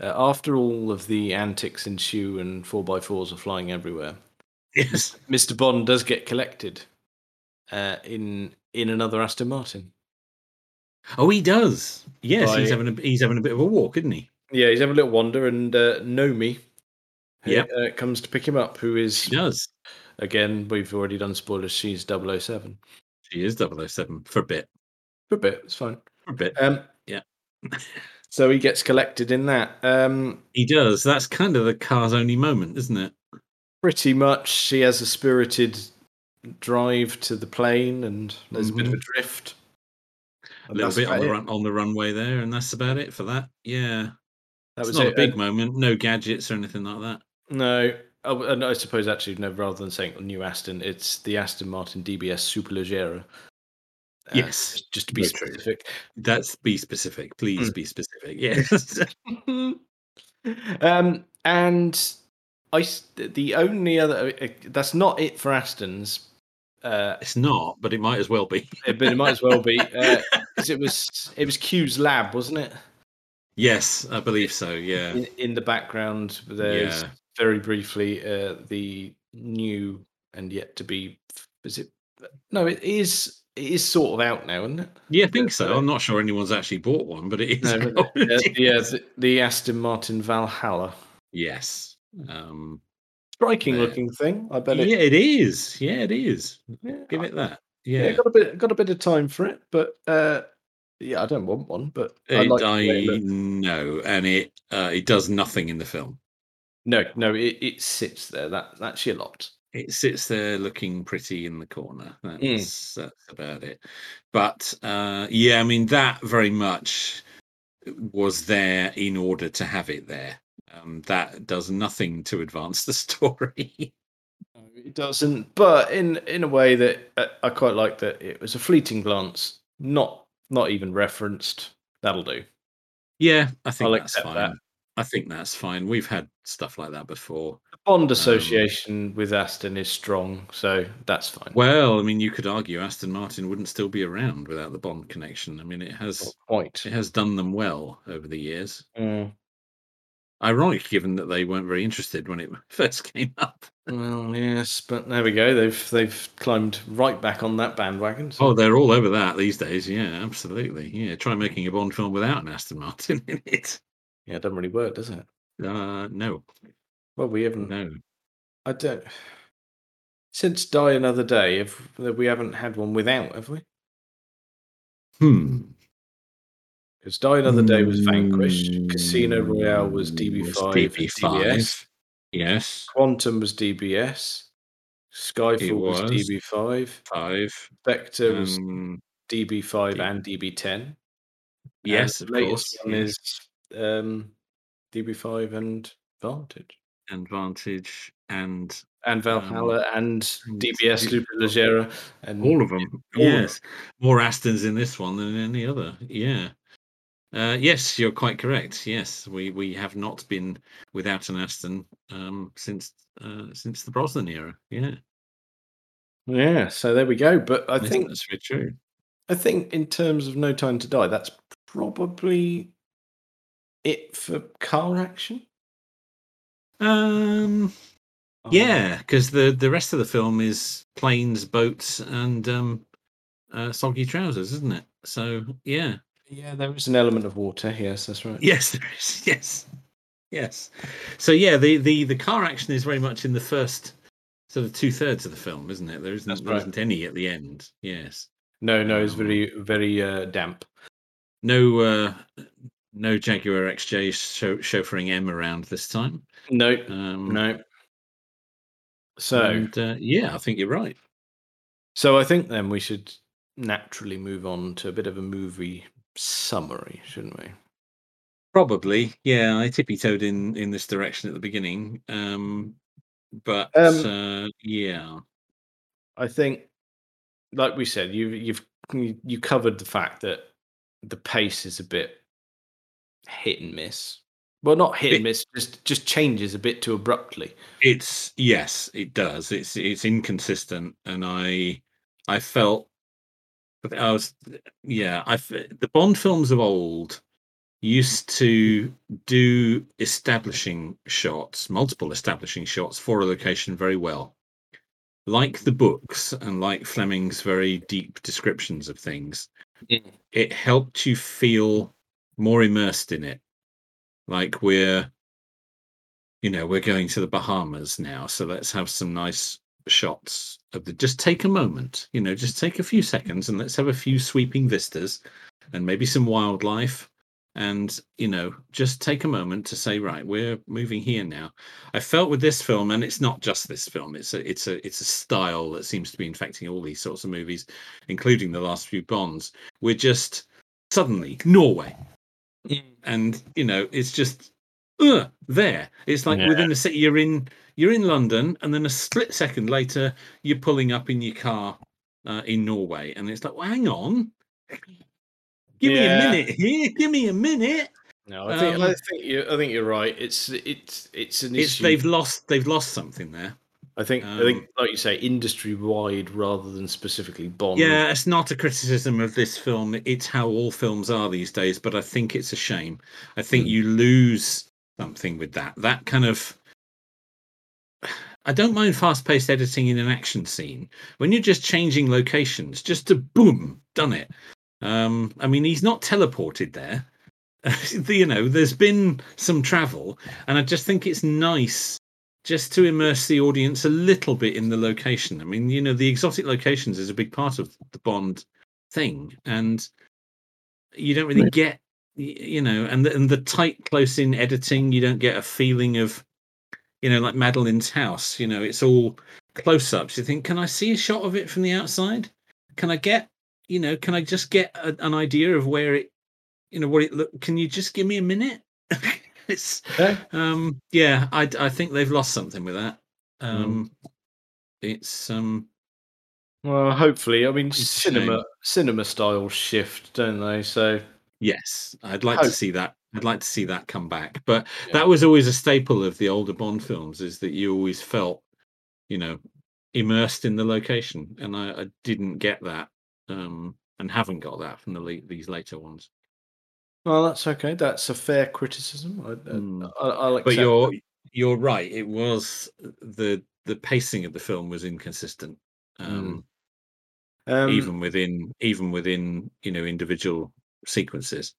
uh, after all of the antics ensue and 4x4s are flying everywhere, Yes. Mr. Bond does get collected uh, in in another Aston Martin. Oh, he does. Yes, he's By- having a he's having a bit of a walk, isn't he? Yeah, he's having a little wander, and uh, Nomi who, Yep. uh, comes to pick him up, who He is, does. again, we've already done spoilers, she's 007. He is 007 for a bit. For a bit, it's fine. For a bit. Um, Yeah. so he gets collected in that. Um, He does. That's kind of the car's only moment, isn't it? pretty much she has a spirited drive to the plane and there's a bit of a drift Mm-hmm. A And little that's bit on about the it. run, on the runway there, and that's about it for that. Yeah. that it's was not it. a big And- moment. No gadgets or anything like that. no oh, and i suppose actually no rather than saying new aston it's the aston martin dbs superleggera Uh, Yes. just- just to be Very true. specific That's be specific. Hmm. Please be specific. Yes. um and i s- the only other uh, that's not it for aston's uh It's not, but it might as well be. but it might as well be uh 'cause it was it was q's lab wasn't it Yes, I believe so. Yeah. in, in the background there's Yeah. very briefly uh, the new and yet to be is it no it is it is sort of out now isn't it Yeah, I think so. I'm not sure anyone's actually bought one, but it is. uh, no, but, uh, out. yeah the, the aston martin valhalla yes. Um, striking Yeah. looking thing i bet it yeah, it is. Yeah, it is. yeah, Give it that. yeah, Yeah. got a bit got a bit of time for it but uh yeah i don't want one but i It- like the I way it looks. know, and it uh, it does nothing in the film. no no it, it sits there that that's your lot It sits there looking pretty in the corner. Hmm. That's, that's about it. But uh, yeah, I mean that very much was there in order to have it there. Um, that does nothing to advance the story. No, it doesn't. But in in a way that uh, I quite like that it was a fleeting glance, not not even referenced. That'll do. yeah, I think I'll that's accept fine. that. I think that's fine. We've had stuff like that before. The Bond association with Aston is strong, so that's fine. Well, I mean, you could argue Aston Martin wouldn't still be around without the Bond connection. I mean, it has Not quite. it has done them well over the years. Mm. ironic given that they weren't very interested when it first came up. Well, yes, but there we go. They've they've climbed right back on that bandwagon. so- Oh, they're all over that these days. Yeah, absolutely. Yeah, try making a Bond film without an Aston Martin in it. Yeah, it doesn't really work, does it? Uh, no, Well, we haven't. no. I don't. Since Die Another Day, have, we haven't had one without, have we? Hmm. Because Die Another Day was Vanquished, Mm, Casino Royale was was DB5, and DB5. DBS, Yes. Quantum was DBS, Skyfall was. was. DB5. Five. Spectre was Um, DB5 D- and DB10. yes, and of the latest course. one yeah. is um, DB5 and Vantage. Advantage and And Valhalla Um, and and DBS D- Lupa Legera and all of them. All of them. yes, more Astons in this one than any other. Yeah. Uh, yes, you're quite correct. Yes, we, we have not been without an Aston um, since uh, since the Brosnan era. Yeah, Yeah, so there we go. But I yes, think that's very true. I think in terms of No Time to Die, that's probably it for car action. Um, Yeah, because the the rest of the film is planes, boats, and um, uh, soggy trousers, isn't it? So yeah, Yeah, there is an element of water. Yes, that's right. yes, there is. yes, yes. So yeah, the the the car action is very much in the first sort of two thirds of the film, isn't it? There isn't That's there right. not any at the end. Yes, No, no, it's Um, very, very uh, damp. no uh, no Jaguar XJ cho- chauffeuring M around this time. No, Um, no. So, and, uh, yeah, I think you're right. so I think then we should naturally move on to a bit of a movie summary, shouldn't we? Probably, yeah. I tippy toed in in this direction at the beginning, um, but Um, uh, yeah, I think, like we said, you you've you you covered the fact that the pace is a bit hit and miss. Well, not hit and miss, just just changes a bit too abruptly. it's yes, it does. It's it's inconsistent, and I I felt but I was yeah. I f- the Bond films of old used to do establishing shots, multiple establishing shots for a location very well. Like the books and like Fleming's very deep descriptions of things, Mm. it helped you feel more immersed in it. Like we're, you know, we're going to the Bahamas now, so let's have some nice shots of the. Just take a moment, you know, just take a few seconds and let's have a few sweeping vistas and maybe some wildlife and you know just take a moment to say right we're moving here now i felt with this film and it's not just this film it's a it's a it's a style that seems to be infecting all these sorts of movies including the last few bonds we're just suddenly norway Mm. and you know it's just uh, there it's like Yeah. within a city you're in you're in london and then a split second later you're pulling up in your car uh, in norway and it's like well, hang on give me Yeah. a minute here give me a minute No, I think Um, I think you I think you're right. It's it's it's an it's issue. they've lost they've lost something there I think I think um, like you say, industry wide rather than specifically Bond. yeah it's not a criticism of this film it's how all films are these days but i think it's a shame i think Mm. you lose something with that that kind of i don't mind fast-paced editing in an action scene when you're just changing locations just to boom done it um i mean he's not teleported there you know there's been some travel and i just think it's nice just to immerse the audience a little bit in the location i mean you know the exotic locations is a big part of the bond thing and you don't really get y- you know and the, and the tight close in editing you don't get a feeling of you know like madeline's house you know it's all close ups you think can i see a shot of it from the outside can i get you know can i just get a, an idea of where it you know what it look can you just give me a minute it's Okay. um yeah i d- I think they've lost something with that Hmm. um it's um Well, hopefully, I mean, It's a cinema shame. cinema style shift, don't they? So yes i'd like Oh. to see that i'd like to see that come back but Yeah. that was always a staple of the older bond films is that you always felt you know immersed in the location and i, I didn't get that um and haven't got that from the le- these later ones well, that's okay. That's a fair criticism. I, I- Mm. I, I'll but accept you're you're right it was uh, the the pacing of the film was inconsistent Hmm. um that. Um, even within even within you know individual sequences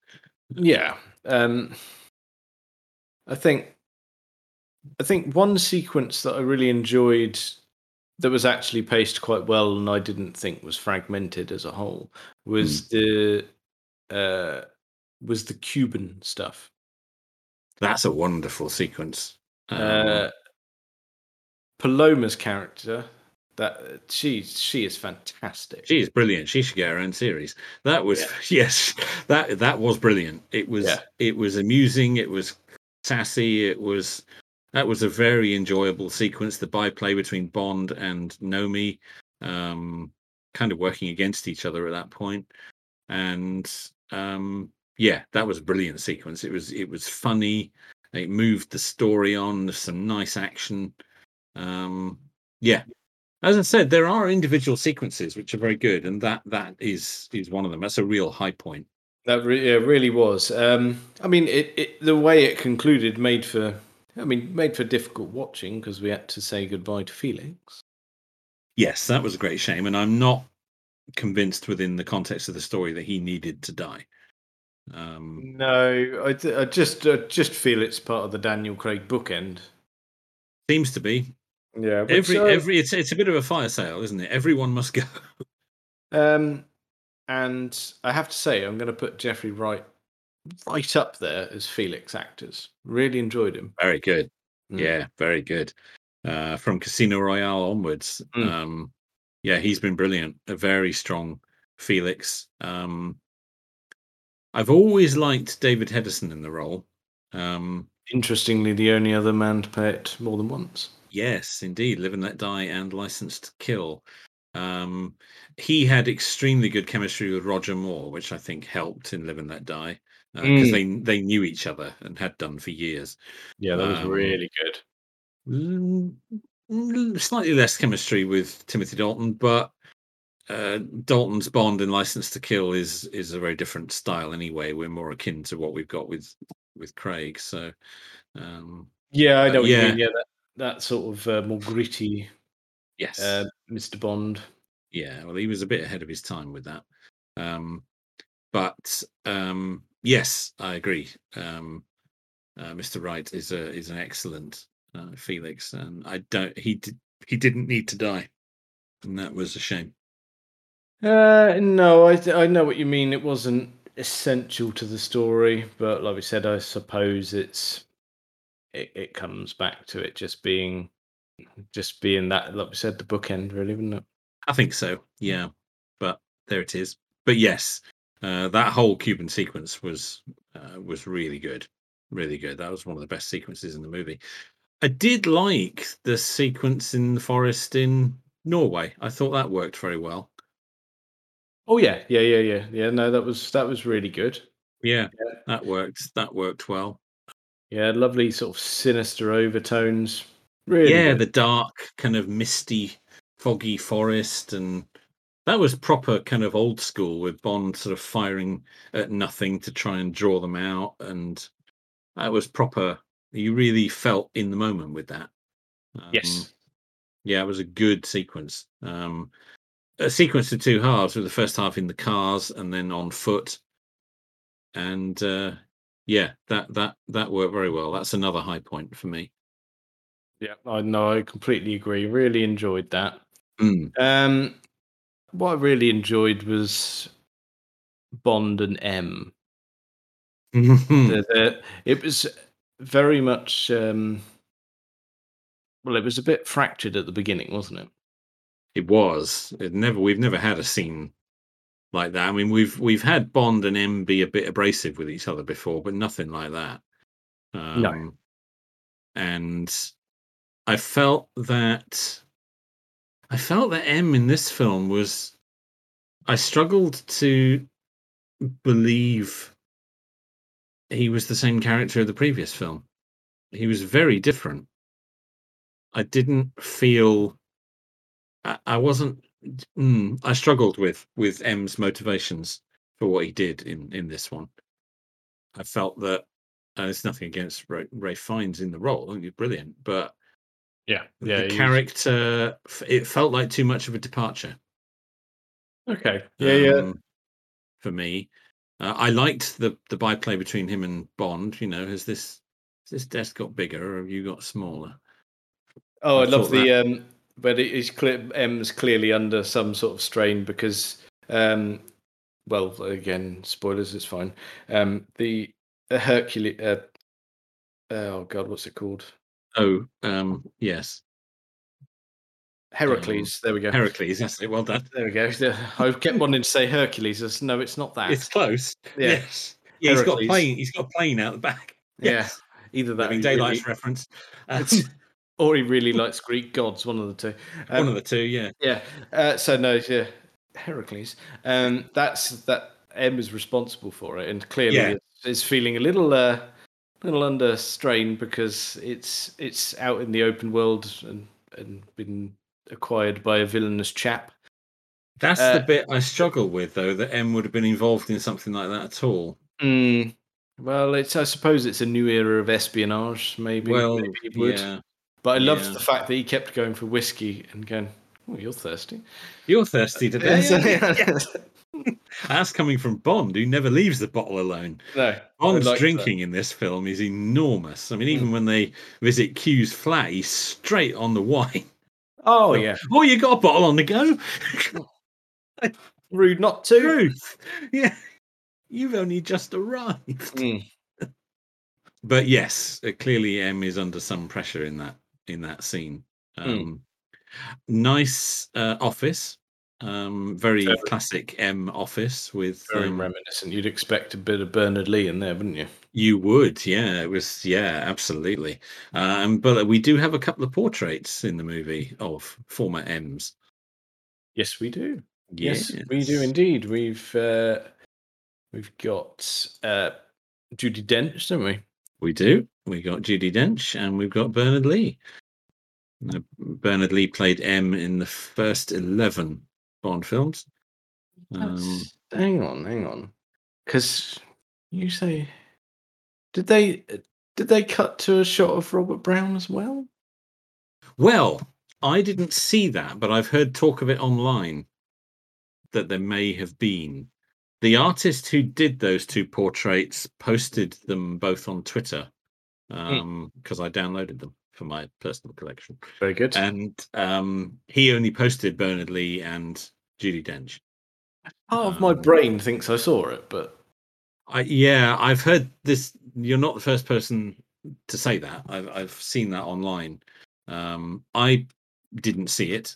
Yeah. Um I think I think one sequence that I really enjoyed that was actually paced quite well and I didn't think was fragmented as a whole was Mm. the uh was the Cuban stuff. that's a wonderful sequence um, Uh Paloma's Uh, character That she she is fantastic. She is brilliant. She should get her own series. That was Yeah. yes, that that was brilliant. It was Yeah. it was amusing. It was sassy. It was that was a very enjoyable sequence. The byplay between Bond and Nomi, um, kind of working against each other at that point, and um, yeah, that was a brilliant sequence. It was it was funny. It moved the story on. There's some nice action. Um, yeah, as I said, there are individual sequences which are very good, and that that is is one of them. That's a real high point. That re- yeah, really was. Um, I mean, it, it the way it concluded made for. I mean, made for difficult watching because we had to say goodbye to Felix. Yes, that was a great shame, and I'm not convinced within the context of the story that he needed to die. Um, No, I, th- I just I just feel it's part of the Daniel Craig bookend. seems to be Yeah. but every so- every it's it's a bit of a fire sale, isn't it? Everyone must go. Um, and I have to say, I'm going to put Jeffrey Wright right up there as Felix actors. Really enjoyed him. Very good. Mm. Yeah, very good. Uh, from Casino Royale onwards, Mm. um, yeah, he's been brilliant. A very strong Felix. Um, I've always liked David Hedison in the role. Um, Interestingly, the only other man to play it more than once. yes, indeed, Live and Let Die and Licensed to Kill. Um, he had extremely good chemistry with Roger Moore, which I think helped in Live and Let Die because Mm. they they knew each other and had done for years. Yeah, that was really good. Mm, mm, slightly less chemistry with Timothy Dalton, but uh, Dalton's Bond in License to Kill is is a very different style anyway. We're more akin to what we've got with with Craig. So um, Yeah, I know Uh, what you yeah. mean. Yeah, that, that sort of uh, more gritty yes, uh, Mr. Bond. yeah. Well, he was a bit ahead of his time with that. Um, but um, yes, I agree. Um, uh, Mr. Wright is a is an excellent uh, Felix, and I don't he did, he didn't need to die, and that was a shame. Uh, no, I th- I know what you mean. It wasn't essential to the story, but like we said, I suppose it's it, it comes back to it just being just being that like we said, the bookend really, wouldn't it? I think so. Yeah, but there it is. But yes, uh, that whole Cuban sequence was uh, was really good, really good. That was one of the best sequences in the movie. I did like the sequence in the forest in Norway. I thought that worked very well. Oh yeah, yeah, yeah, yeah, yeah. No, that was that was really good. Yeah, that worked. That worked well. Yeah, lovely sort of sinister overtones. Really, yeah, good. the dark kind of misty, foggy forest, and that was proper kind of old school with Bond sort of firing at nothing to try and draw them out, and that was proper. You really felt in the moment with that. Um, yes, yeah, it was a good sequence. Um, a sequence of two halves with the first half in the cars and then on foot. And uh, yeah, that that that worked very well. That's another high point for me. yeah. I know. I completely agree. Really enjoyed that. Mm. Um, what I really enjoyed was Bond and M. Hmm. The- the- it was very much um, well, it was a bit fractured at the beginning, wasn't it? It was. It never. We've never had a scene like that. I mean, we've we've had Bond and M be a bit abrasive with each other before, but nothing like that. Um, No. And I felt that I felt that M in this film was. I struggled to believe he was the same character of the previous film. He was very different. I didn't feel. I, I wasn't. Mm, I struggled with with M's motivations for what he did in in this one. I felt that and it's nothing against Ray, Ray Fiennes in the role. I think he's brilliant, but Yeah, the character f- it felt like too much of a departure. Okay. Yeah, yeah. um, For me, uh, I liked the the byplay between him and Bond. You know, has this has this desk got bigger or have you got smaller? Oh, I, I love thought the um, but it is clear M's clearly under some sort of strain because um, well, again, spoilers. It's fine. Um, the Hercules. Uh, oh God, what's it called? Oh, um, yes, Heracles. There we go. Heracles, yes, well done. There we go. Yeah, I kept wanting to say Hercules. It's- No, it's not that. It's close. yeah, Yes. Yeah, he's got Heracles. plane. He's got plane out the back. yeah. Yes. Either that, I or mean, he daylight's really- reference. Um, It's- or he really likes Greek gods. One of the two. one Um, of the two. Yeah. Yeah. Uh, so no, yeah, Heracles. Um, that's that. M is responsible for it, and clearly Yeah. is- is feeling a little, uh, little under strain because it's it's out in the open world and and been acquired by a villainous chap. That's uh, the bit I struggle with, though. That M would have been involved in something like that at all. Hmm. Mm. Well, it's I suppose it's a new era of espionage, maybe. well, maybe it would. yeah. But I loved yeah. the fact that he kept going for whiskey and going. Oh, you're thirsty. You're thirsty today. aren't you? Yeah. That's coming from Bond, who never leaves the bottle alone. no, Bond's like Mm. that. drinking in this film is enormous. I mean, even when they visit Q's flat, he's straight on the wine. Oh yeah, Oh, you got a bottle on the go? rude not to. Truth. Yeah. You've only just arrived. Mm. But yes, uh, clearly M is under some pressure in that in that scene. Mm. Um, Nice uh, office. Um, very Very. classic M office with Very um, reminiscent. You'd expect a bit of Bernard Lee in there, wouldn't you? You would, yeah. It was, yeah, absolutely. Um, but we do have a couple of portraits in the movie of former M's. Yes, we do. Yes, we do Yes. indeed. We've uh, we've got uh, Judy Dench, don't we? We do. We got Judy Dench and we've got Bernard Lee. Now, Bernard Lee played M in the first eleven Bond films. Um, That's- hang on, hang on, because you say did they did they cut to a shot of Robert Brown as well? well, I didn't see that, but I've heard talk of it online that there may have been. The artist who did those two portraits posted them both on Twitter because I downloaded them for my personal collection. Very good. And um, he only posted Bernard Lee and Judy Dench. Part of my um, brain thinks I saw it, but I, yeah, I've heard this. You're not the first person to say that. I've, I've seen that online. Um, I didn't see it,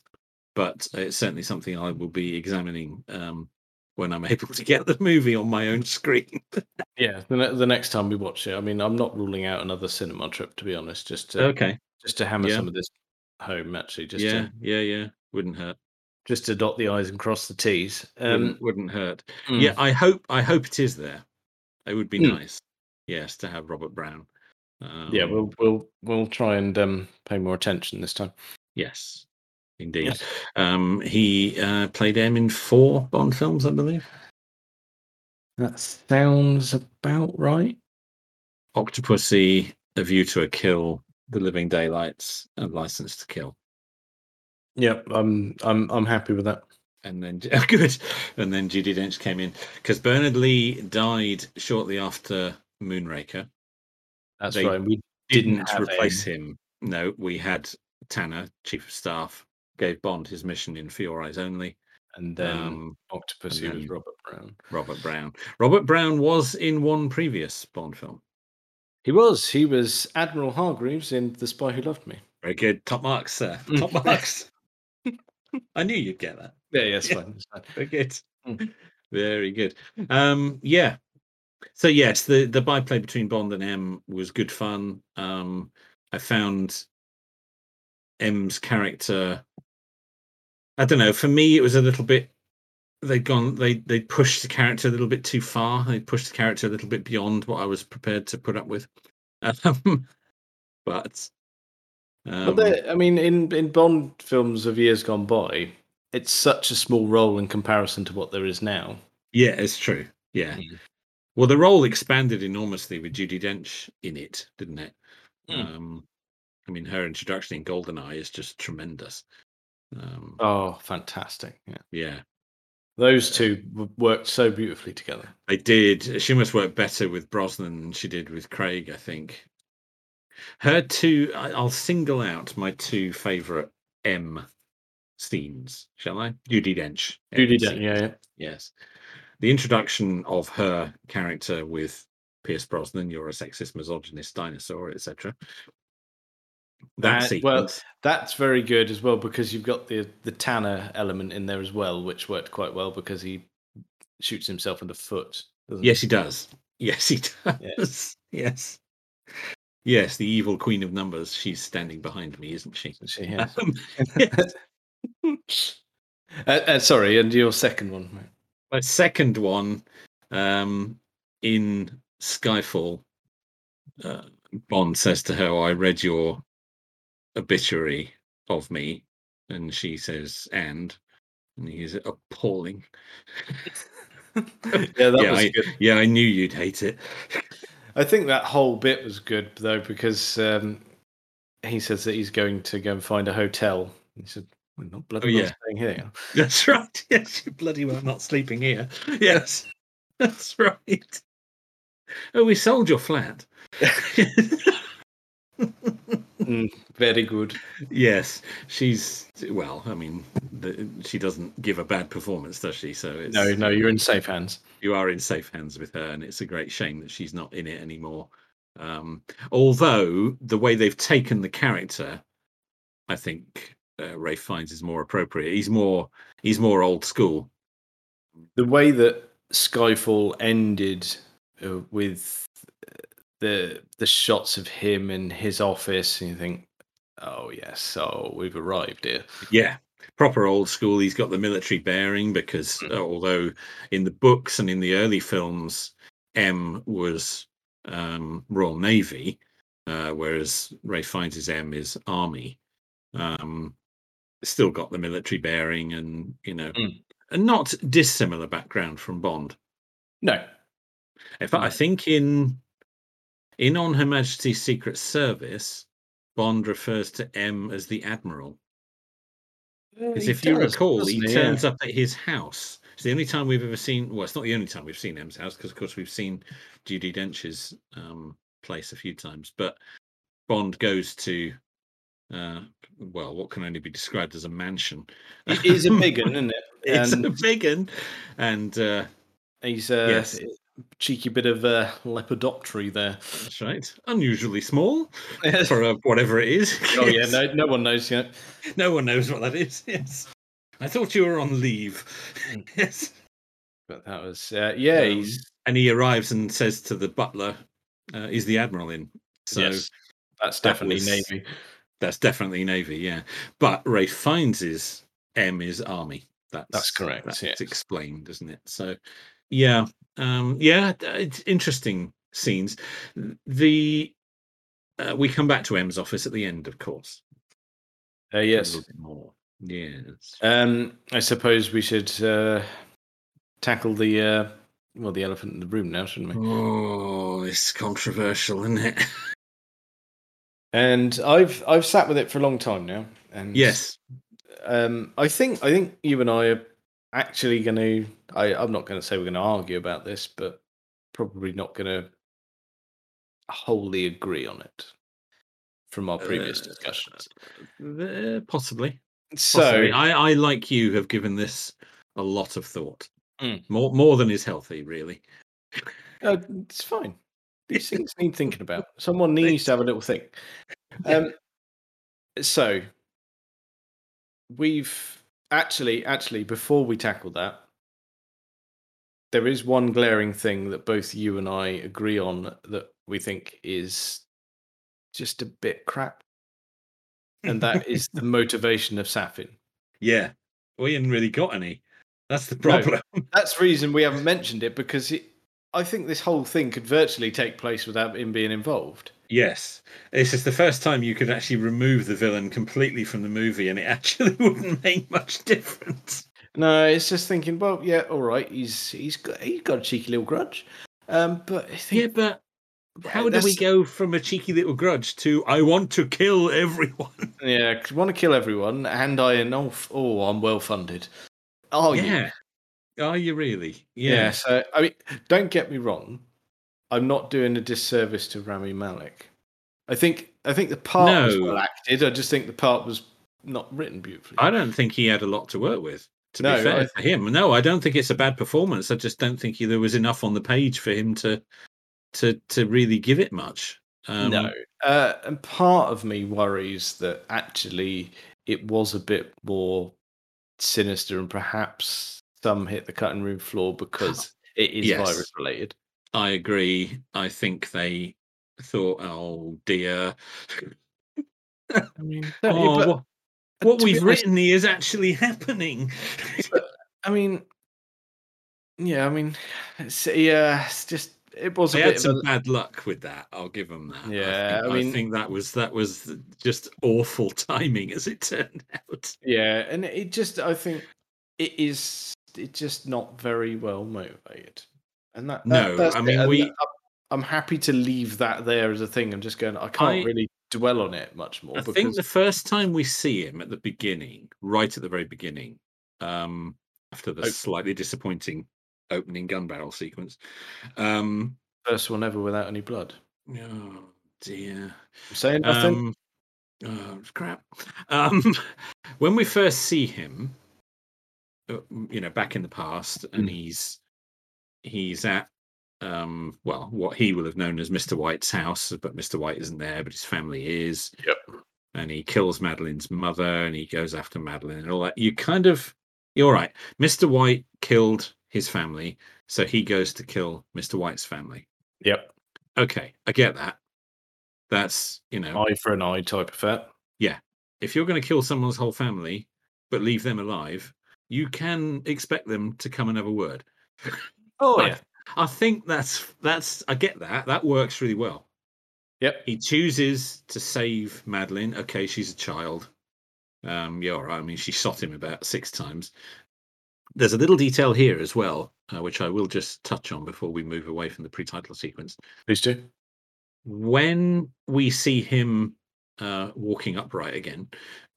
but it's certainly something I will be examining um, when I'm able to get the movie on my own screen. yeah, the, ne- the next time we watch it, I mean, I'm not ruling out another cinema trip to be honest, just to okay. just to hammer Yeah. some of this home actually, just yeah, to yeah, yeah. Wouldn't hurt. just to dot the i's and cross the t's. Um, wouldn't, wouldn't hurt. mm, Yeah, I hope. I hope it is there. It would be Mm. nice. Yes, to have Robert Brown. Um, yeah. We'll we'll we'll try and um, pay more attention this time. Yes, indeed. Um, he uh, played M in four Bond films, I believe. That sounds about right. Octopussy, A View to a Kill, The Living Daylights, and License to Kill. Yep, I'm I'm I'm happy with that. And then oh, good, and then Judy Dench came in because Bernard Lee died shortly after Moonraker. That's They right. We Didn't, Didn't have replace him. No, we had Tanner, Chief of Staff, gave Bond his mission in Four Eyes Only. and then um, Octopus and who was then- Robert Brown. Robert Brown. Robert Brown was in one previous Bond film. He was. He was Admiral Hargreaves in The Spy Who Loved Me. Very good. Top marks, sir. Mm. Top marks. I knew you'd get that. Yeah, yeah, it's Yeah. fine. It's Very good. fine. Mm. Very good. Um, yeah. So yes, the the byplay between Bond and M was good fun. Um, I found M's character. I don't know. For me, it was a little bit. They'd gone. They they pushed the character a little bit too far. They pushed the character a little bit beyond what I was prepared to put up with. Um, but. But Um, there, I mean, in in Bond films of years gone by, it's such a small role in comparison to what there is now. Yeah, it's true. Yeah. Mm. Well, the role expanded enormously with Judy Dench in it, didn't it? Mm. Um, I mean, her introduction in Goldeneye is just tremendous. Um, Oh, fantastic! Yeah. Yeah, Those two w- worked so beautifully together. they did. She must work better with Brosnan than she did with Craig, I think. Her two, I- I'll single out my two favorite M scenes, shall I? Judy Dench. M Judy scene. Dench, yeah, yeah. Yes. The introduction of her character with Pierce Brosnan, you're a sexist, misogynist dinosaur, etc. That Uh, sequence. well, That's very good as well because you've got the the Tanner element in there as well, which worked quite well because he shoots himself in the foot. doesn't he? Yes, he does. Yes, he does. Yes. Yes, the evil queen of numbers. She's standing behind me, isn't she? She has. Um, uh, uh, sorry, and your second one. mate. my second one um, in Skyfall, uh, Bond says to her, I read your obituary of me. And she says, and. And he is appalling. Yeah, that Yeah, was good. Yeah, I knew you'd hate it. I think that whole bit was good though because um, he says that he's going to go and find a hotel. He said, "We're not Oh, bloody well yeah. staying here." That's right. Yes, you bloody well not sleeping here. Yes, that's right. Oh, we sold your flat. Very good. yes, she's well. I mean, the, she doesn't give a bad performance, does she? So it's, No, no, you're in safe hands. you are in safe hands with her, and it's a great shame that she's not in it anymore. Um, although the way they've taken the character, I think uh, Ray finds is more appropriate. He's more he's more old school. The way that Skyfall ended uh, with uh, the the shots of him in his office, and you think, "Oh yes, so we've arrived here." Yeah, proper old school. He's got the military bearing because uh, although in the books and in the early films, M was um, Royal Navy, uh, whereas Ray finds his M is Army. Um, still got the military bearing, and you know, Mm. a not dissimilar background from Bond. No, In fact, I Mm. think in in On Her Majesty's Secret Service, Bond refers to M as the Admiral. Because if you recall, he turns up at his house. It's the only time we've ever seen. Well, it's not the only time we've seen M's house, because of course we've seen Judy Dench's um, place a few times. But Bond goes to, uh, well, what can only be described as a mansion. It is a big one, isn't it? it's and- a big un. and uh, He's a Yes. cheeky bit of uh, lepidoptery there. that's right, unusually small for uh, whatever it is. oh yeah, Yes. no, no one knows yet. no one knows what that is. Yes, I thought you were on leave. Mm. yes. But that was uh, yeah. Um, he's and he arrives and says to the butler, uh, "Is the admiral in?" So yes, that's that definitely was- navy. that's definitely navy, yeah. But Ray finds his M is army. That's correct, That's yes. explained, isn't it? So, yeah, um, yeah, th- it's interesting scenes. The uh, we come back to M's office at the end, of course. Uh, for a yes, little bit more. Yes. um, I suppose we should uh, tackle the uh, well the elephant in the room now, shouldn't Mm. we? Oh, it's controversial, isn't it? And I've I've sat with it for a long time now. And yes. um, I think I think you and I are actually going to. I'm not going to say we're going to argue about this, but probably not going to wholly agree on it from our previous Uh, discussions. Uh, possibly. So Possibly. I, I like you have given this a lot of thought, Mm. more more than is healthy, really. uh, it's fine. These things need thinking about. Someone needs to have a little think. Um, so we've actually, actually, before we tackle that, there is one glaring thing that both you and I agree on that we think is just a bit crap, and that is the motivation of Safin. yeah, we hadn't really got any. That's the No. problem. That's the reason we haven't mentioned it because it, I think this whole thing could virtually take place without him being involved. Yes, this is the first time you could actually remove the villain completely from the movie, and it actually wouldn't make much difference. No, it's just thinking. Well, yeah, all right. He's he's got he's got a cheeky little grudge, um, but I Yeah, think, but how do that's- we go from a cheeky little grudge to I want to kill everyone? Yeah, 'cause want to kill everyone, and I and oh, oh I'm well funded. Oh yeah, yeah. yeah. Are you really? So I mean, don't get me wrong. I'm not doing a disservice to Rami Malek. I think I think the part was No. well acted. I just think the part was not written beautifully. I don't think he had a lot to work with. To No, be fair I- for him, no, I don't think it's a bad performance. I just don't think he, there was enough on the page for him to to to really give it much. Um, no. Uh, and part of me worries that actually it was a bit more sinister and perhaps some hit the cutting room floor because it is Yes. virus related. I agree. I think they thought, oh dear, I mean, Oh, but- what, but what to be we've honest- written here is actually happening. I mean, yeah, I mean, it's, yeah, it's just, it was a They bit had of some a- bad luck with that. I'll give them that. I Yeah, I think, mean- think that was that was just awful timing, as it turned out. Yeah, and it just I think it is it just not very well motivated. And that, that- No, that's I it, mean, and we- I'm- I'm happy to leave that there as a thing. I'm just going I can't I- really dwell on it much more I because think the first time we see him at the beginning, right at the very beginning, um, after the Op- slightly disappointing opening gun barrel sequence. Um, the first one ever without any blood. oh dear. I'm saying nothing. Um, oh, crap. Um, when we first see him, uh, m- you know, back in the past, and Mm. he's he's at um, well, what he will have known as Mr. White's house, but Mr. White isn't there, but his family is. Yep. And he kills Madeline's mother, and he goes after Madeline and all that. You kind of you're all right. Mr. White killed his family, so he goes to kill Mr. White's family. yep, Okay, I get that. That's you know eye for an eye type effect. if you're going to kill someone's whole family but leave them alive, you can expect them to come and have a word. Oh I- I think that's that's I get that. That works really well. yep. He chooses to save Madeline. Okay, she's a child. Um, yeah, all right. I mean, she shot him about six times. There's a little detail here as well, uh, which I will just touch on before we move away from the pre-title sequence. Please do. when we see him uh, walking upright again,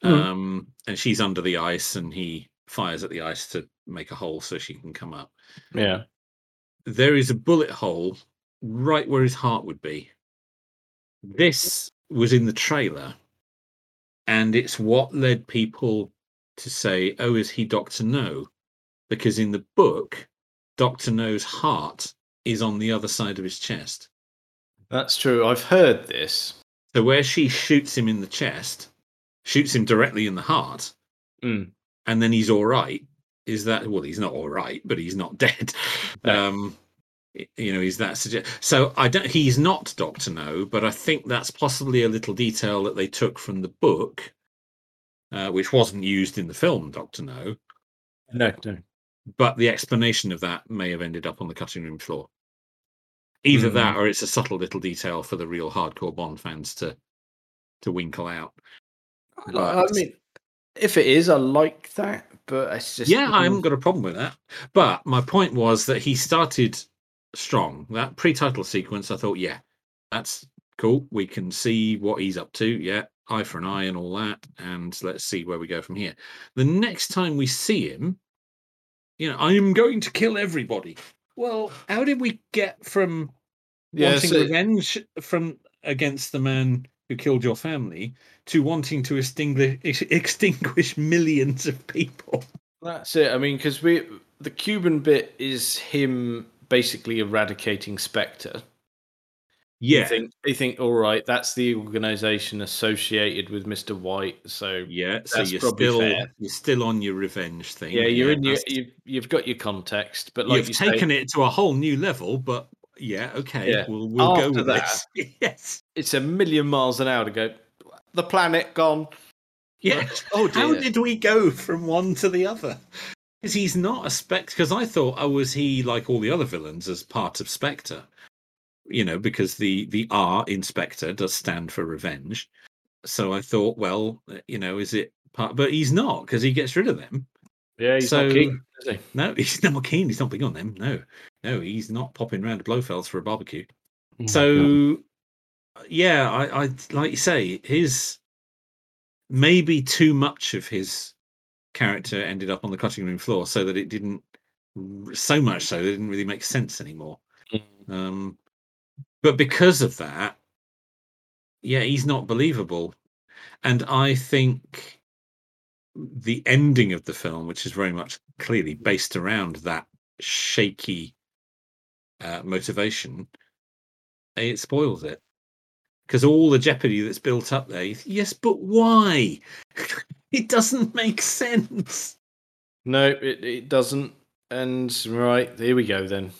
Mm. um, and she's under the ice, and he fires at the ice to make a hole so she can come up. Yeah. There is a bullet hole right where his heart would be. This was in the trailer, and it's what led people to say, "Oh, is he Doctor No?" Because in the book, Doctor No's heart is on the other side of his chest. That's true. I've heard this. So where she shoots him in the chest, shoots him directly in the heart, Mm. and then he's all right. Is that well? He's not all right, but he's not dead. No. Um, y- you know, is that suggest? So I don't. He's not Doctor No, but I think that's possibly a little detail that they took from the book, uh, which wasn't used in the film Doctor No. No, no. But the explanation of that may have ended up on the cutting room floor. Either that, or it's a subtle little detail for the real hardcore Bond fans to to winkle out. I, like- I But- mean, if it is, I like that, but it's just yeah, I haven't got a problem with that. But my point was that he started strong. That pre-title sequence, I thought, yeah, that's cool. We can see what he's up to. Yeah, eye for an eye and all that, and let's see where we go from here. The next time we see him, you know, I am going to kill everybody. Well, how did we get from Yeah, wanting so- revenge from against the man who killed your family to wanting to extinguish, extinguish millions of people? That's it. I mean, because we the Cuban bit is him basically eradicating Spectre. Yeah. They think, they think, all right, that's the organization associated with Mister White. So Yeah, so That's you're probably still fair. you're still on your revenge thing. yeah, you're in your, that's- you've, you've got your context, but like you've you say, taken it to a whole new level, but yeah, okay, Yeah, we'll we'll go after with that- this. yes, it's a million miles an hour to go. The planet gone. yeah. Oh How dear. did we go from one to the other? Because he's not a Spectre. Because I thought, oh, was he like all the other villains as part of Spectre? You know, because the the R in Spectre does stand for revenge. So I thought, well, you know, is it part? But he's not because he gets rid of them. yeah, he's not so- Oh keen, is he? No, he's not keen. He's not big on them. No, no, he's not popping round to Blofeld's for a barbecue. So, yeah, I, I like you say, his maybe too much of his character ended up on the cutting room floor, so that it didn't r- so much so that it didn't really make sense anymore. Um, but because of that, yeah, he's not believable. And I think the ending of the film, which is very much clearly based around that shaky uh, motivation, it spoils it. because all the jeopardy that's built up there. you th- Yes, but why? it doesn't make sense. No, it, it doesn't. And right, here we go then.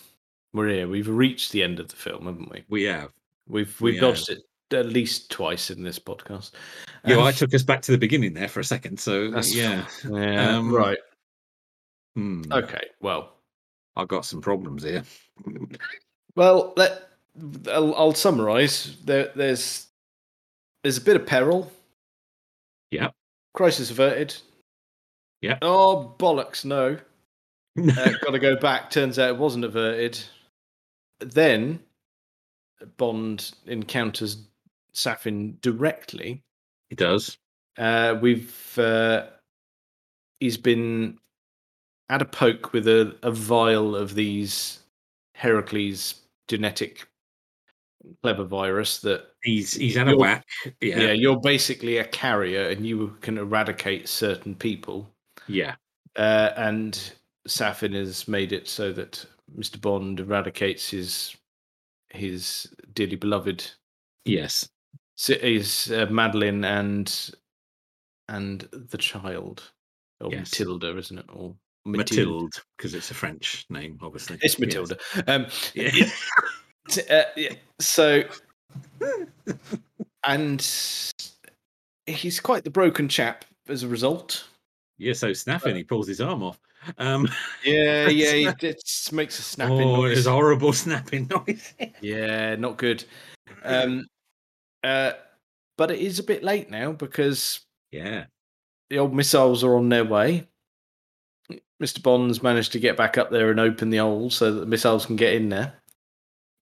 We're here. We've reached the end of the film, haven't we? We have. We've We we've dodged it at least twice in this podcast. Yeah, well, I Um, took us back to the beginning there for a second. So uh, That's- yeah, yeah, um, right. Hmm, Okay. Well, I've got some problems here. well, let I'll, I'll summarize. There, there's there's a bit of peril. Yep. Crisis averted. Yep. Oh bollocks! No. uh, got to go back. Turns out it wasn't averted. Then Bond encounters Safin directly. it does. Uh, we've uh, he's been had a poke with a, a vial of these Heracles genetic clever virus that He's he's had a You're- whack. yeah. yeah, you're basically a carrier and you can eradicate certain people yeah. uh, and Safin has made it so that Mr. Bond eradicates his his dearly beloved Yes. si- his uh, Madeline and and the child or Yes. Matilda, isn't it? Or Matilde, because it's a French name, obviously. Yes. It's Matilda. Um, Yeah. t- uh, yeah, so and he's quite the broken chap as a result. yeah, so snapping, he pulls his arm off. Um, Yeah, yeah, he just makes a snapping oh, noise. it's horrible snapping noise. Yeah, not good. Um, uh, but it is a bit late now because yeah, the old missiles are on their way. Mr. Bond's managed to get back up there and open the hole so that the missiles can get in there.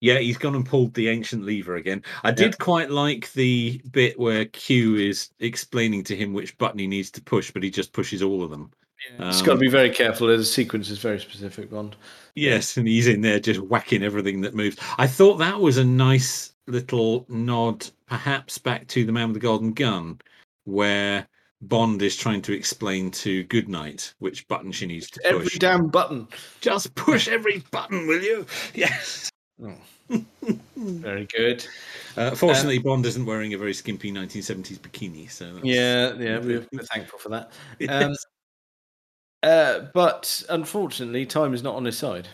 yeah, he's gone and pulled the ancient lever again. I did quite like the bit where Q is explaining to him which button he needs to push, but he just pushes all of them. it's got to Um, be very careful. The sequence is very specific, Bond. Yes, and he's in there just whacking everything that moves. I thought that was a nice little nod, perhaps back to the man with the golden gun, where Bond is trying to explain to Goodnight which button she needs to push. Every damn button. Just push every button, will you? Yes. Very good. Uh, fortunately, Bond isn't wearing a very skimpy 1970s bikini, so that's, Yeah, yeah, we're, we're thankful for that. Um, uh, but unfortunately, time is not on his side.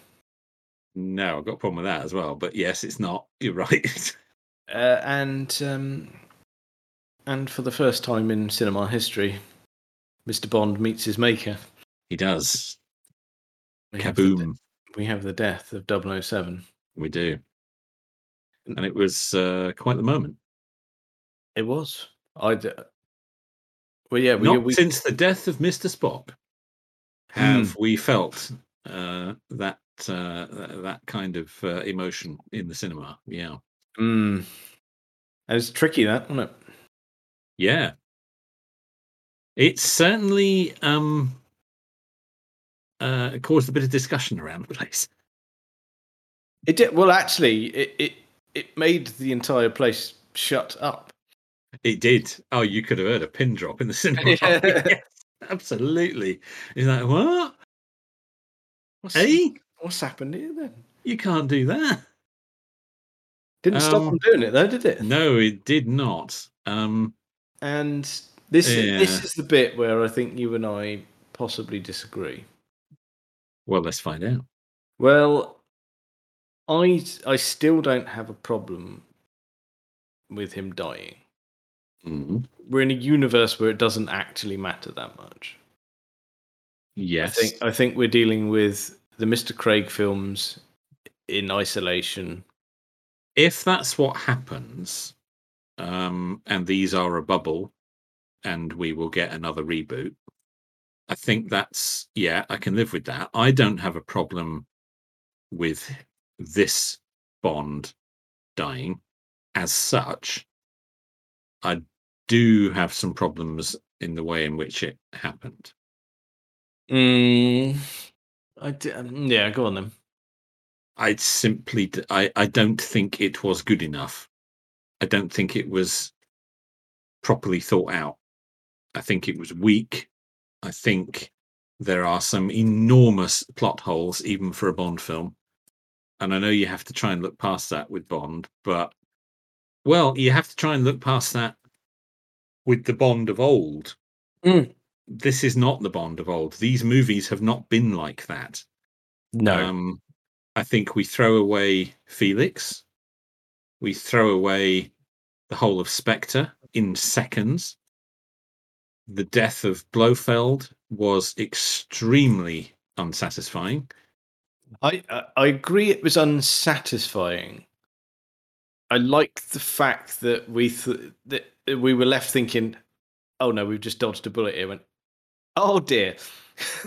no, I've got a problem with that as well. But yes, it's not. You're right. uh, and um, and for the first time in cinema history, Mr. Bond meets his maker. he does. We have the de- Kaboom. we have the death of 007. We do. Mm. And it was uh, quite the moment. It was. I. D- well, yeah, we, Not we since the death of Mr. Spock have Mm. we felt uh, that uh, th- that kind of uh, emotion in the cinema. Yeah, Mm. It was tricky that, wasn't it? yeah. It certainly um, uh, caused a bit of discussion around the place. It did. Well, actually, it it it made the entire place shut up. It did. Oh, you could have heard a pin drop in the cinema. Yeah. Yes, absolutely. Is that what? What's, Hey, what's happened here then? you can't do that. Didn't stop Um, them doing it though, did it? No, it did not. Um, And this is Yeah. this is the bit where I think you and I possibly disagree. well, let's find out. Well, I I still don't have a problem with him dying. Mhm. We're in a universe where it doesn't actually matter that much. I Yes. think I think we're dealing with the Mr. Craig films in isolation. if that's what happens, um, and these are a bubble, and we will get another reboot, I think that's yeah, I can live with that. I don't have a problem with this Bond dying as such. I do have some problems in the way in which it happened. Mm. I d- um, yeah, go on then. I simply d- I I don't think it was good enough. I don't think it was properly thought out. I think it was weak. I think there are some enormous plot holes even for a Bond film. And I know you have to try and look past that with Bond, but Well, you have to try and look past that with the Bond of old. Mm. This is not the Bond of old. These movies have not been like that. No. Um, I think we throw away Felix. We throw away the whole of Spectre in seconds. The death of Blofeld was extremely unsatisfying. I I I agree it was unsatisfying. I like the fact that we th- that we were left thinking, oh no, we've just dodged a bullet here. Went, oh dear.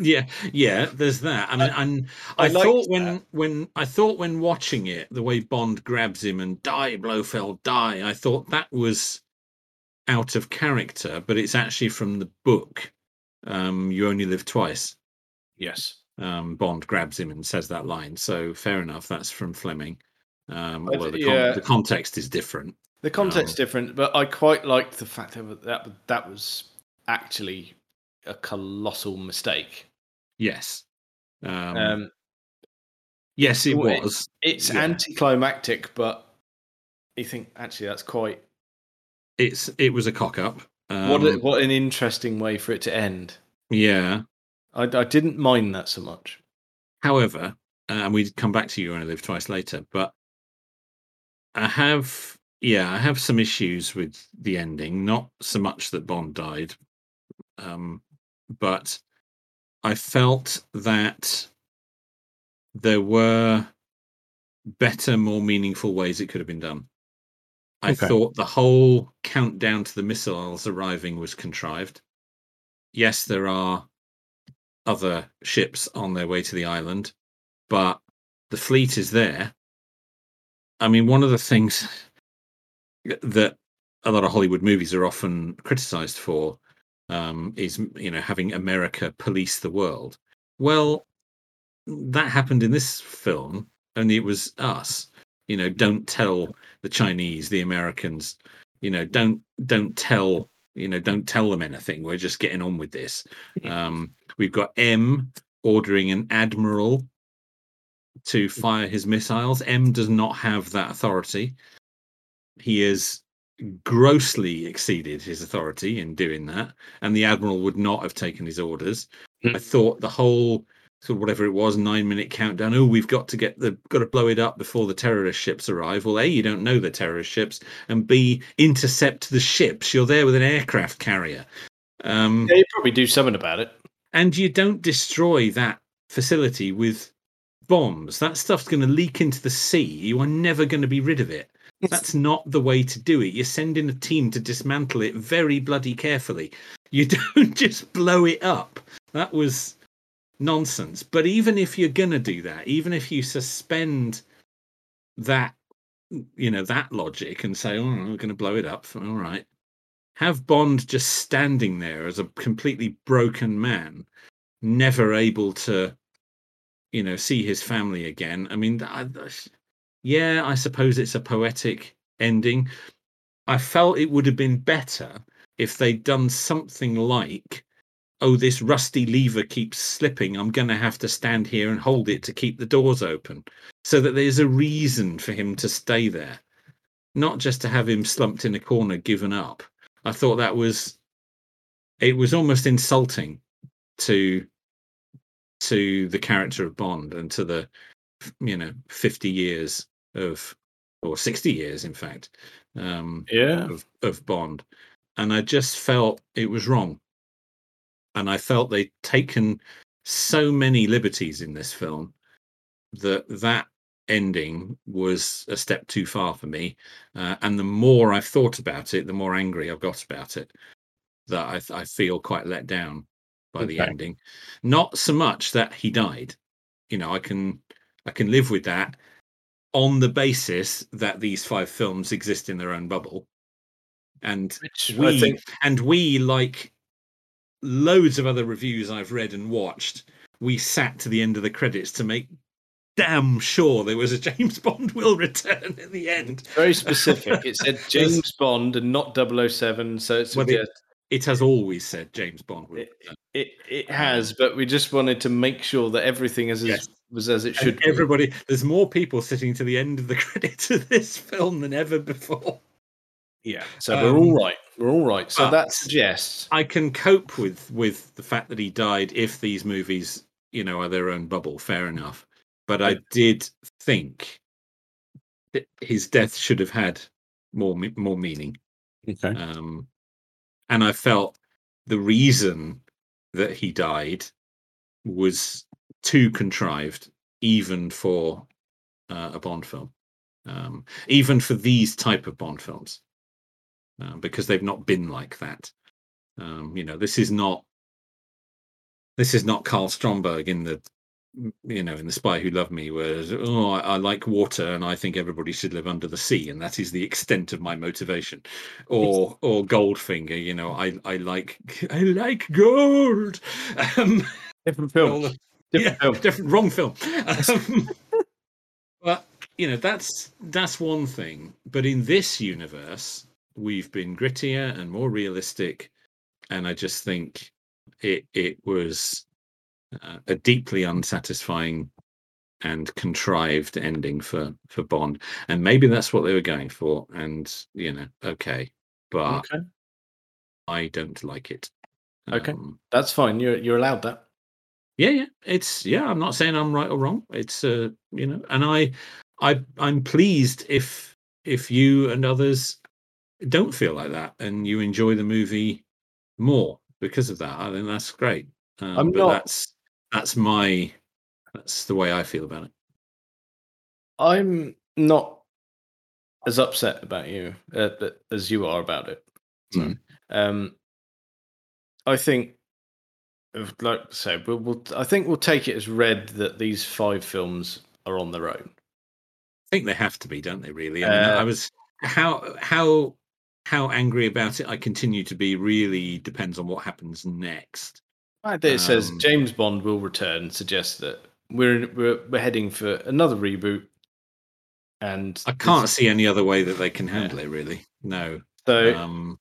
Yeah, yeah. There's that. I mean, and I, I liked thought when when I thought when watching it, the way Bond grabs him and die Blofeld die, I thought that was out of character, but it's actually from the book. Um, you only live twice. Yes. um, Bond grabs him and says that line. So fair enough, that's from Fleming. Um, I although thi- the, con- yeah. the context is different. The context's Um, different, but I quite liked the fact that that, that was actually a colossal mistake. Yes, um, Um, yes, it well, it- was. it's yeah. anticlimactic, but you think actually that's quite It's it was a cock up. Um, what a, what an interesting way for it to end. Yeah. I, I didn't mind that so much. However, uh, and we'd come back to you and I live twice later, but I have yeah, I have some issues with the ending. Not so much that Bond died, um, but I felt that there were better, more meaningful ways it could have been done. I Okay. thought the whole countdown to the missiles arriving was contrived. Yes, there are other ships on their way to the island, but the fleet is there. I mean, one of the things that a lot of Hollywood movies are often criticized for um, is, you know, having America police the world. Well, that happened in this film, only it was us. You know, don't tell the Chinese, the Americans, you know, don't don't tell, you know, don't tell them anything. We're just getting on with this. Um, we've got M ordering an admiral to fire his missiles. M does not have that authority. He has grossly exceeded his authority in doing that, and the admiral would not have taken his orders. Hmm. I thought the whole sort of whatever it was nine minute countdown. Oh, we've got to get the got to blow it up before the terrorist ships arrive. Well, a you don't know the terrorist ships, and b intercept the ships. You're there with an aircraft carrier. Um, They probably do something about it. and you don't destroy that facility with bombs. That stuff's going to leak into the sea. You are never going to be rid of it. That's not the way to do it. You send in a team to dismantle it very bloody carefully. You don't just blow it up. That was nonsense. But even if you're going to do that, even if you suspend that, you know, that logic and say, oh, we're going to blow it up, all right, have Bond just standing there as a completely broken man, never able to, you know, see his family again. I mean, I, I- yeah, I suppose it's a poetic ending. I felt it would have been better if they'd done something like, oh, this rusty lever keeps slipping. I'm going to have to stand here and hold it to keep the doors open so that there's a reason for him to stay there, not just to have him slumped in a corner, given up. I thought that was it was almost insulting to to the character of Bond and to the f- you know 50 years of or 60 years in fact um Yeah. of, of Bond. And I just felt it was wrong. And I felt they'd taken so many liberties in this film that that ending was a step too far for me. Uh, and the more I've thought about it, the more angry I've got about it, that I, th- I feel quite let down by the Okay. ending. Not so much that he died. You know, I can I can live with that on the basis that these five films exist in their own bubble and Which we I think and we like loads of other reviews i've read and watched we sat to the end of the credits to make damn sure there was a james bond will return at the end very specific. It said James Bond and not 007, so it's Well, they- yeah, it has always said james bond will It- return. it it has, but we just wanted to make sure that everything is Yes. as, was as it And should. be. everybody there's more people sitting to the end of the credits of this film than ever before Yeah. So we're Um, all right. We're all right. So but- that suggests I can cope with with the fact that he died if these movies, you know, are their own bubble. Fair enough. But I Yeah. did think that his death should have had more me- more meaning. okay. Um, and I felt the reason that he died was too contrived, even for uh, a Bond film, um, even for these type of Bond films, um, because they've not been like that. Um, you know, this is not this is not Carl Stromberg in the you know in the Spy Who Loved Me, where oh I, I like water and I think everybody should live under the sea, and that is the extent of my motivation or or Goldfinger. You know, I I like I like gold. Um, Different all film. the- Different yeah, film. different wrong film. Um, but you know, that's that's one thing. But in this universe, we've been grittier and more realistic, and I just think it it was uh, a deeply unsatisfying and contrived ending for for Bond. And maybe that's what they were going for. And you know, okay, but. okay. I don't like it. Okay. Um, That's fine. You're you're allowed that. yeah, yeah. It's yeah. I'm not saying I'm right or wrong. It's uh, you know, and I, I, I'm pleased if if you and others don't feel like that and you enjoy the movie more because of that. I think that's great. Um, I'm but not- That's that's my that's the way I feel about it. I'm not as upset about you uh, but- as you are about it. So, Mm. um, I think, of- like I said, we'll, we'll, I think we'll take it as read that these five films are on their own. I think they have to be, don't they? Really. I, mean, I Uh, was how how how angry about it I continue to be really depends on what happens next. The fact that it says Um, James Bond will return suggests that we're we're, we're heading for another reboot. And I this- can't see any other way that they can Yeah. handle it, really. No. So Um,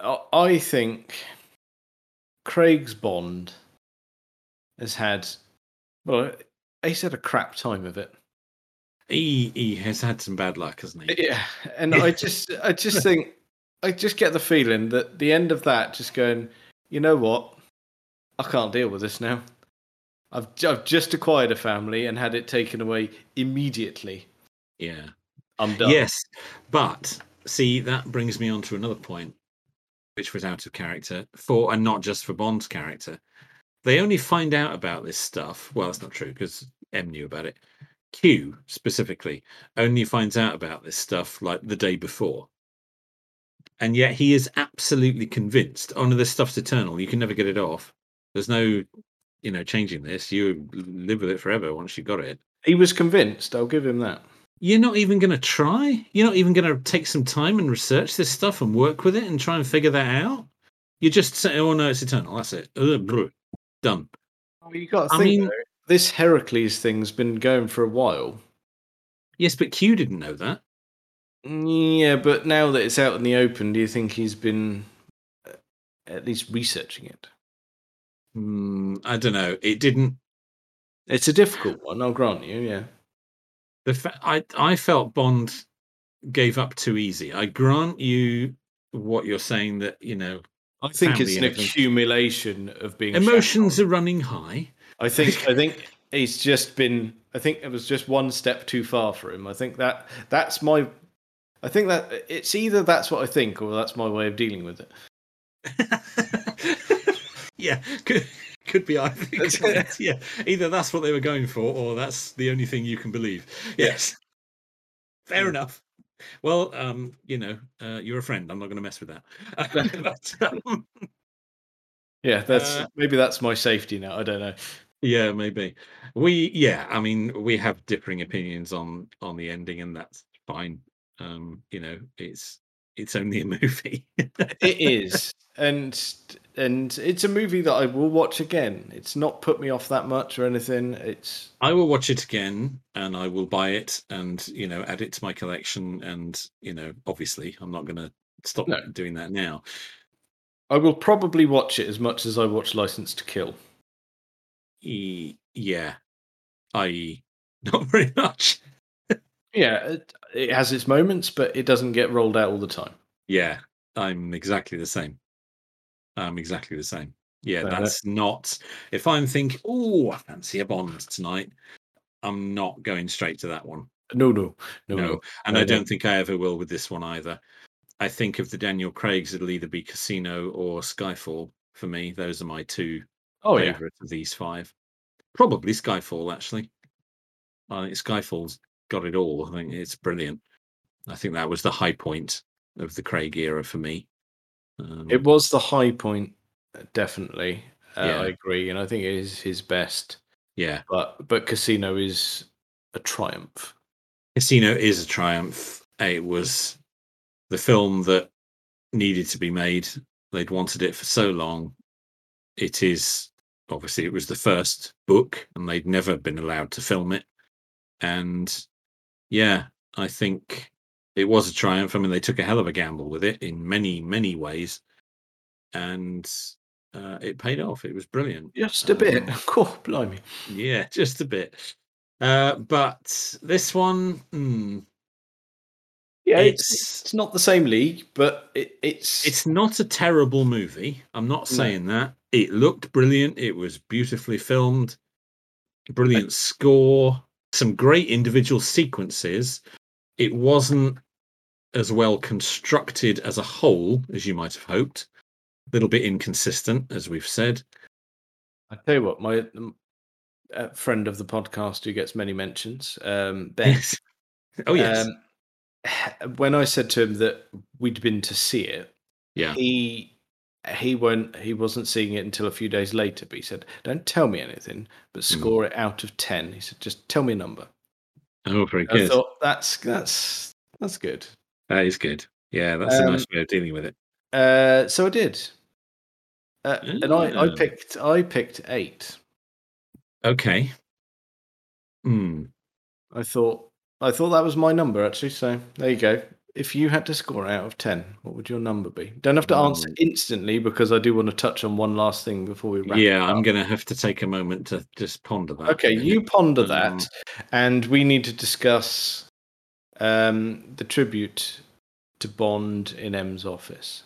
I I think Craig's Bond has had, well, he's had a crap time of it. he, he has had some bad luck, hasn't he? Yeah, and I just, I just think, I just get the feeling that the end of that, just going, you know what, I can't deal with this now. I've, j- I've just acquired a family and had it taken away immediately. Yeah. I'm done. Yes. But see, that brings me on to another point, which was out of character for, and not just for Bond's character. They only find out about this stuff. Well, that's not true because M knew about it. Q specifically only finds out about this stuff like the day before. And yet he is absolutely convinced, oh no, this stuff's eternal. You can never get it off. There's no, you know, changing this. You live with it forever once you got it he was convinced. I'll give him that. you're not even going to try you're not even going to take some time and research this stuff and work with it and try and figure that out you just say oh no it's eternal that's it Ugh, bruh. done Well, you got I to think. mean- though, this Heracles thing's been going for a while. yes but q didn't know that Yeah, but now that it's out in the open, do you think he's been uh, at least researching it? Hmm, i don't know it didn't It's a difficult one, I'll grant you. Yeah, the fa- I, I felt bond gave up too easy i grant you what you're saying that you know I think it's Family and an everything. accumulation of being shut emotions down. are running high I think I think he's just been. I think it was just one step too far for him. I think that that's my. I think that it's either that's what I think or that's my way of dealing with it. yeah, could could be. I think. That's it. yeah, either that's what they were going for, or that's the only thing you can believe. Yes, fair Mm. enough. Well, um, you know, uh, you're a friend. I'm not going to mess with that. But, um, Yeah, that's Uh, maybe that's my safety net. I don't know. yeah, maybe we. Yeah, I mean, we have differing opinions on on the ending, and that's fine. Um, you know, it's it's only a movie. it is and and it's a movie that i will watch again it's not put me off that much or anything it's I will watch it again and I will buy it and you know add it to my collection and you know obviously I'm not going to stop No. doing that now. i will probably watch it as much as i watch license to kill E- yeah. I not very much. Yeah, it, it has its moments, but it doesn't get rolled out all the time. Yeah, I'm exactly the same. I'm exactly the same. Yeah, Fair enough. that's not. If I'm thinking, oh, I fancy a Bond tonight, I'm not going straight to that one. No, no, No, no, no. and No, I no. don't think I ever will with this one either. I think of the Daniel Craig's, it'll either be Casino or Skyfall for me. Those are my two Oh yeah, favorite of these five. Probably Skyfall, actually. I think Skyfall's got it all. I think it's brilliant. I think that was the high point of the Craig era for me. Um, it was the high point, uh, definitely. Uh, Yeah. I agree, and I think it is his best. yeah, But but Casino is a triumph. Casino is a triumph. It was the film that needed to be made. They'd wanted it for so long. It is obviously it was the first book, and they'd never been allowed to film it. And yeah, I think it was a triumph. I mean, they took a hell of a gamble with it in many, many ways, and uh, it paid off. It was brilliant. Just a bit. Um, Cool, blimey. Yeah, just a bit. Uh, but this one, hmm, Yeah, it's, it's- it's not the same league, but it, it's It's not a terrible movie. I'm not No. saying that. It looked brilliant. It was beautifully filmed. Brilliant score. Some great individual sequences. It wasn't as well constructed as a whole as you might have hoped. A little bit inconsistent, as we've said. I tell you what, my um, uh, friend of the podcast who gets many mentions, um, Ben. oh yes. Um, when I said to him that we'd been to see it, Yeah. he he went. He wasn't seeing it until a few days later. But he said, "Don't tell me anything, but Mm. score it out of 10. He said, "Just tell me a number." oh, very And I good. thought that's that's that's good. that is good. Yeah, that's a Um, nice way of dealing with it. Uh, so I did, uh, and I, I Ah. picked I picked eight. Okay. Hmm. I thought I thought that was my number actually. So there you go. If you had to score out of ten, what would your number be? Don't have to answer Mm. instantly because I do want to touch on one last thing before we wrap. Yeah, it I'm up. going to have to take a moment to just ponder that. Okay, Yeah. you ponder Um, that, and we need to discuss um, the tribute to Bond in M's office.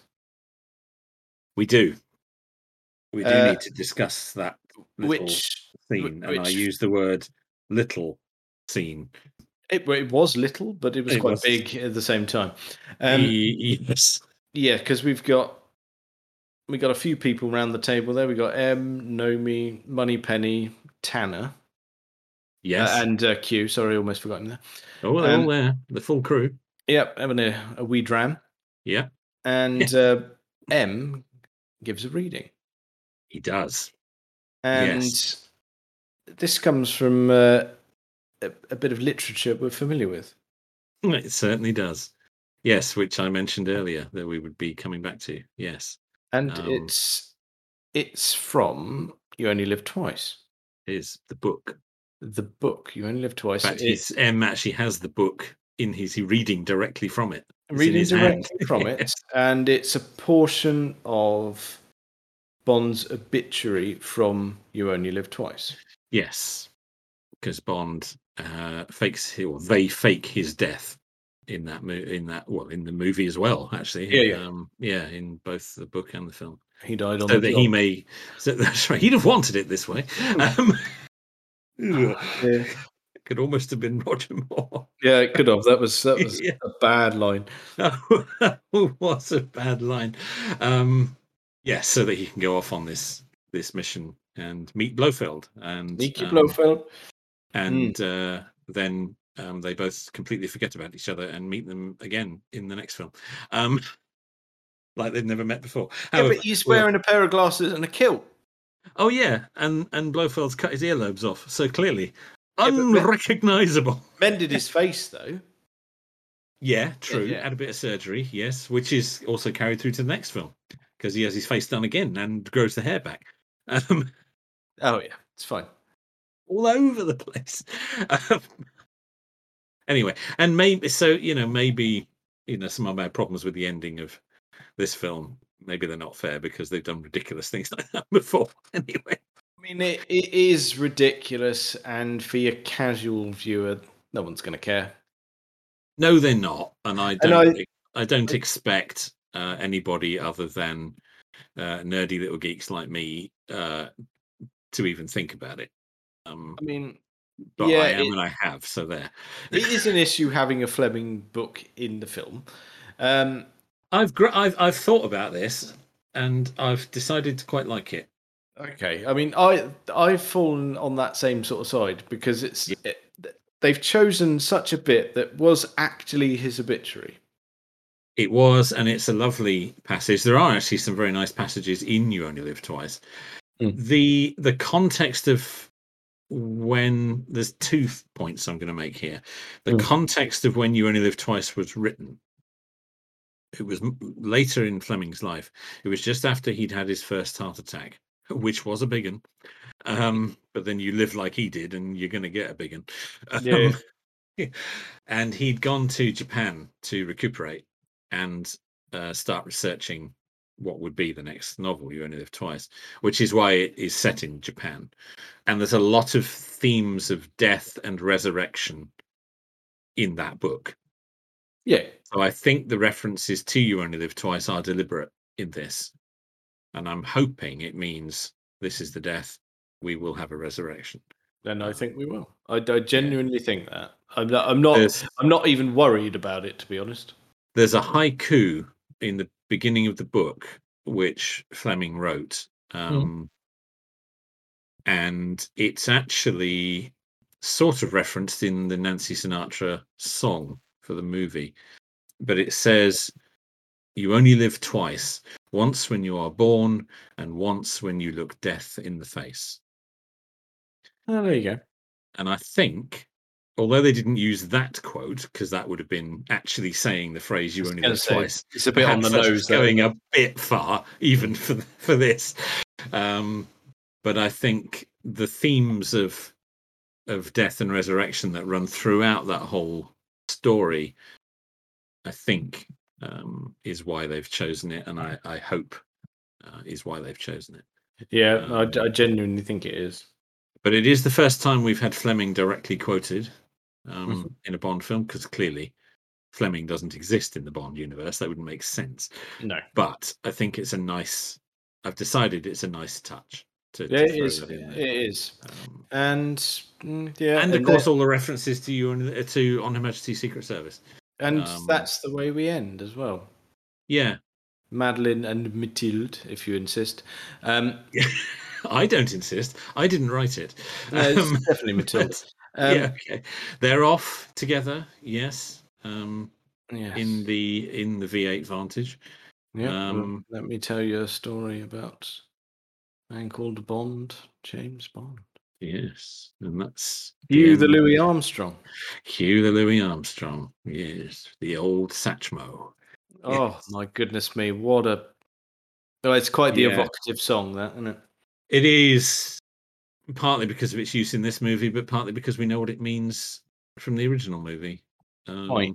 We do. We do Uh, need to discuss that little Which scene, and I which- use the word "little scene." it, well, it was little, but it was It quite was. big at the same time. Um, Um, yes, Yeah, because we've got we got a few people round the table there. We got M, Nomi, Moneypenny, Tanner, uh, yes. and uh, Q. Sorry, almost forgotten there. oh, they're um, all there. The full crew. Yep, having a, a wee dram, Yeah, and uh, M gives a reading, he does. and Yes. this comes from uh, a, a bit of literature we're familiar with. It certainly does. Yes, which I mentioned earlier that we would be coming back to. Yes, And Um, it's it's from You Only Live Twice, is the book. the book You Only Live Twice. In fact, It- his M actually has the book in his reading directly from it. It's in reading his hand. directly from it, and it's a portion of Bond's obituary from You Only Live Twice. Yes, because Bond uh, fakes hi- or they fake his death in that mo- in that well in the movie as well actually Yeah, yeah. um, yeah in both the book and the film He died on so the that job. he may so that's right he'd have wanted it this way Hmm. um, yeah. could almost have been Roger Moore yeah, it could have. That was that was Yeah. a bad line. what's a bad line um, yeah so that he can go off on this this mission and meet Blofeld and Niki um, Blofeld. Mm. and uh, then um, they both completely forget about each other and meet them again in the next film, um, like they'd never met before. Yeah, However- but he's well- wearing a pair of glasses and a kilt. oh yeah, and and Blofeld's cut his earlobes off, so clearly but when- unrecognizable. Mended his face though. Yeah, true. yeah. Had a bit of surgery, yes, which is also carried through to the next film because he has his face done again and grows the hair back. Um, Oh yeah, it's fine. all over the place. Um, anyway, and maybe so you know maybe you know some of my problems with the ending of this film maybe they're not fair because they've done ridiculous things like that before. Anyway, I mean, it, it is ridiculous, and for your casual viewer, no one's going to care. No, they're not, and I And don't. e- I, don't expect uh, anybody other than uh, nerdy little geeks like me uh, to even think about it. Um, I mean, but yeah, I am, it- and I have. So there. it is an issue having a Fleming book in the film. Um, I've gr- I've I've thought about this, and I've decided to quite like it. Okay, I mean, I I've fallen on that same sort of side because it's Yeah. it, they've chosen such a bit that was actually his obituary. It was, and it's a lovely passage. There are actually some very nice passages in "You Only Live Twice." Hmm. Mm. The the context of when there's two f- points I'm going to make here. The Hmm. Mm. context of when "You Only Live Twice" was written. It was m- later in Fleming's life. It was just after he'd had his first heart attack, which was a big one. Um, but then you live like he did, and you're going to get a big one. Yeah. and he'd gone to Japan to recuperate and uh, start researching what would be the next novel, You Only Live Twice, which is why it is set in Japan. And there's a lot of themes of death and resurrection in that book. Yeah, So I think the references to You Only Live Twice are deliberate in this. And I'm hoping it means this is the death. We will have a resurrection. and I think we will. I, I genuinely think that. I'm not, I'm not. There's- I'm not even worried about it, to be honest. there's a haiku in the beginning of the book which Fleming wrote, Hmm. um, and it's actually sort of referenced in the Nancy Sinatra song for the movie, but it says, "You only live twice: once when you are born, and once when you look death in the face." Oh, there you go. And I think, although they didn't use that quote because that would have been actually saying the phrase "You was only gonna live say, twice." It's a bit on the perhaps that's nose. there. going a bit far even for th- for this um but i think the themes of of death and resurrection that run throughout that whole story i think um is why they've chosen it and i i hope uh, is why they've chosen it Yeah, I, I genuinely think it is. but it is the first time we've had fleming directly quoted Mm-hmm. um in a bond film because clearly fleming doesn't exist in the bond universe that wouldn't make sense No. but I think it's a nice. I've decided it's a nice touch to, to Yeah, it throw is. that in It there. is. Um, And mm, yeah, and of there- course, all the references to you and uh, to on Her Majesty's Secret Service. and um, that's the way we end as well. Yeah, Madeline and Mathilde, if you insist. Um, I don't insist. I didn't write it. no, it's Um, definitely Matilda. but- Um, yeah, okay. They're off together. Yes, um, yes. in the in the V8 Vantage. Yep, well, um, let me tell you a story about a man called Bond, James Bond. Yes, and that's You, the end- Louis Armstrong. Hugh the Louis Armstrong. Yes, the old Satchmo. Oh my goodness me! What a oh, it's quite the Yeah. evocative song, that isn't it? It is partly because of its use in this movie, but partly because we know what it means from the original movie. Um, we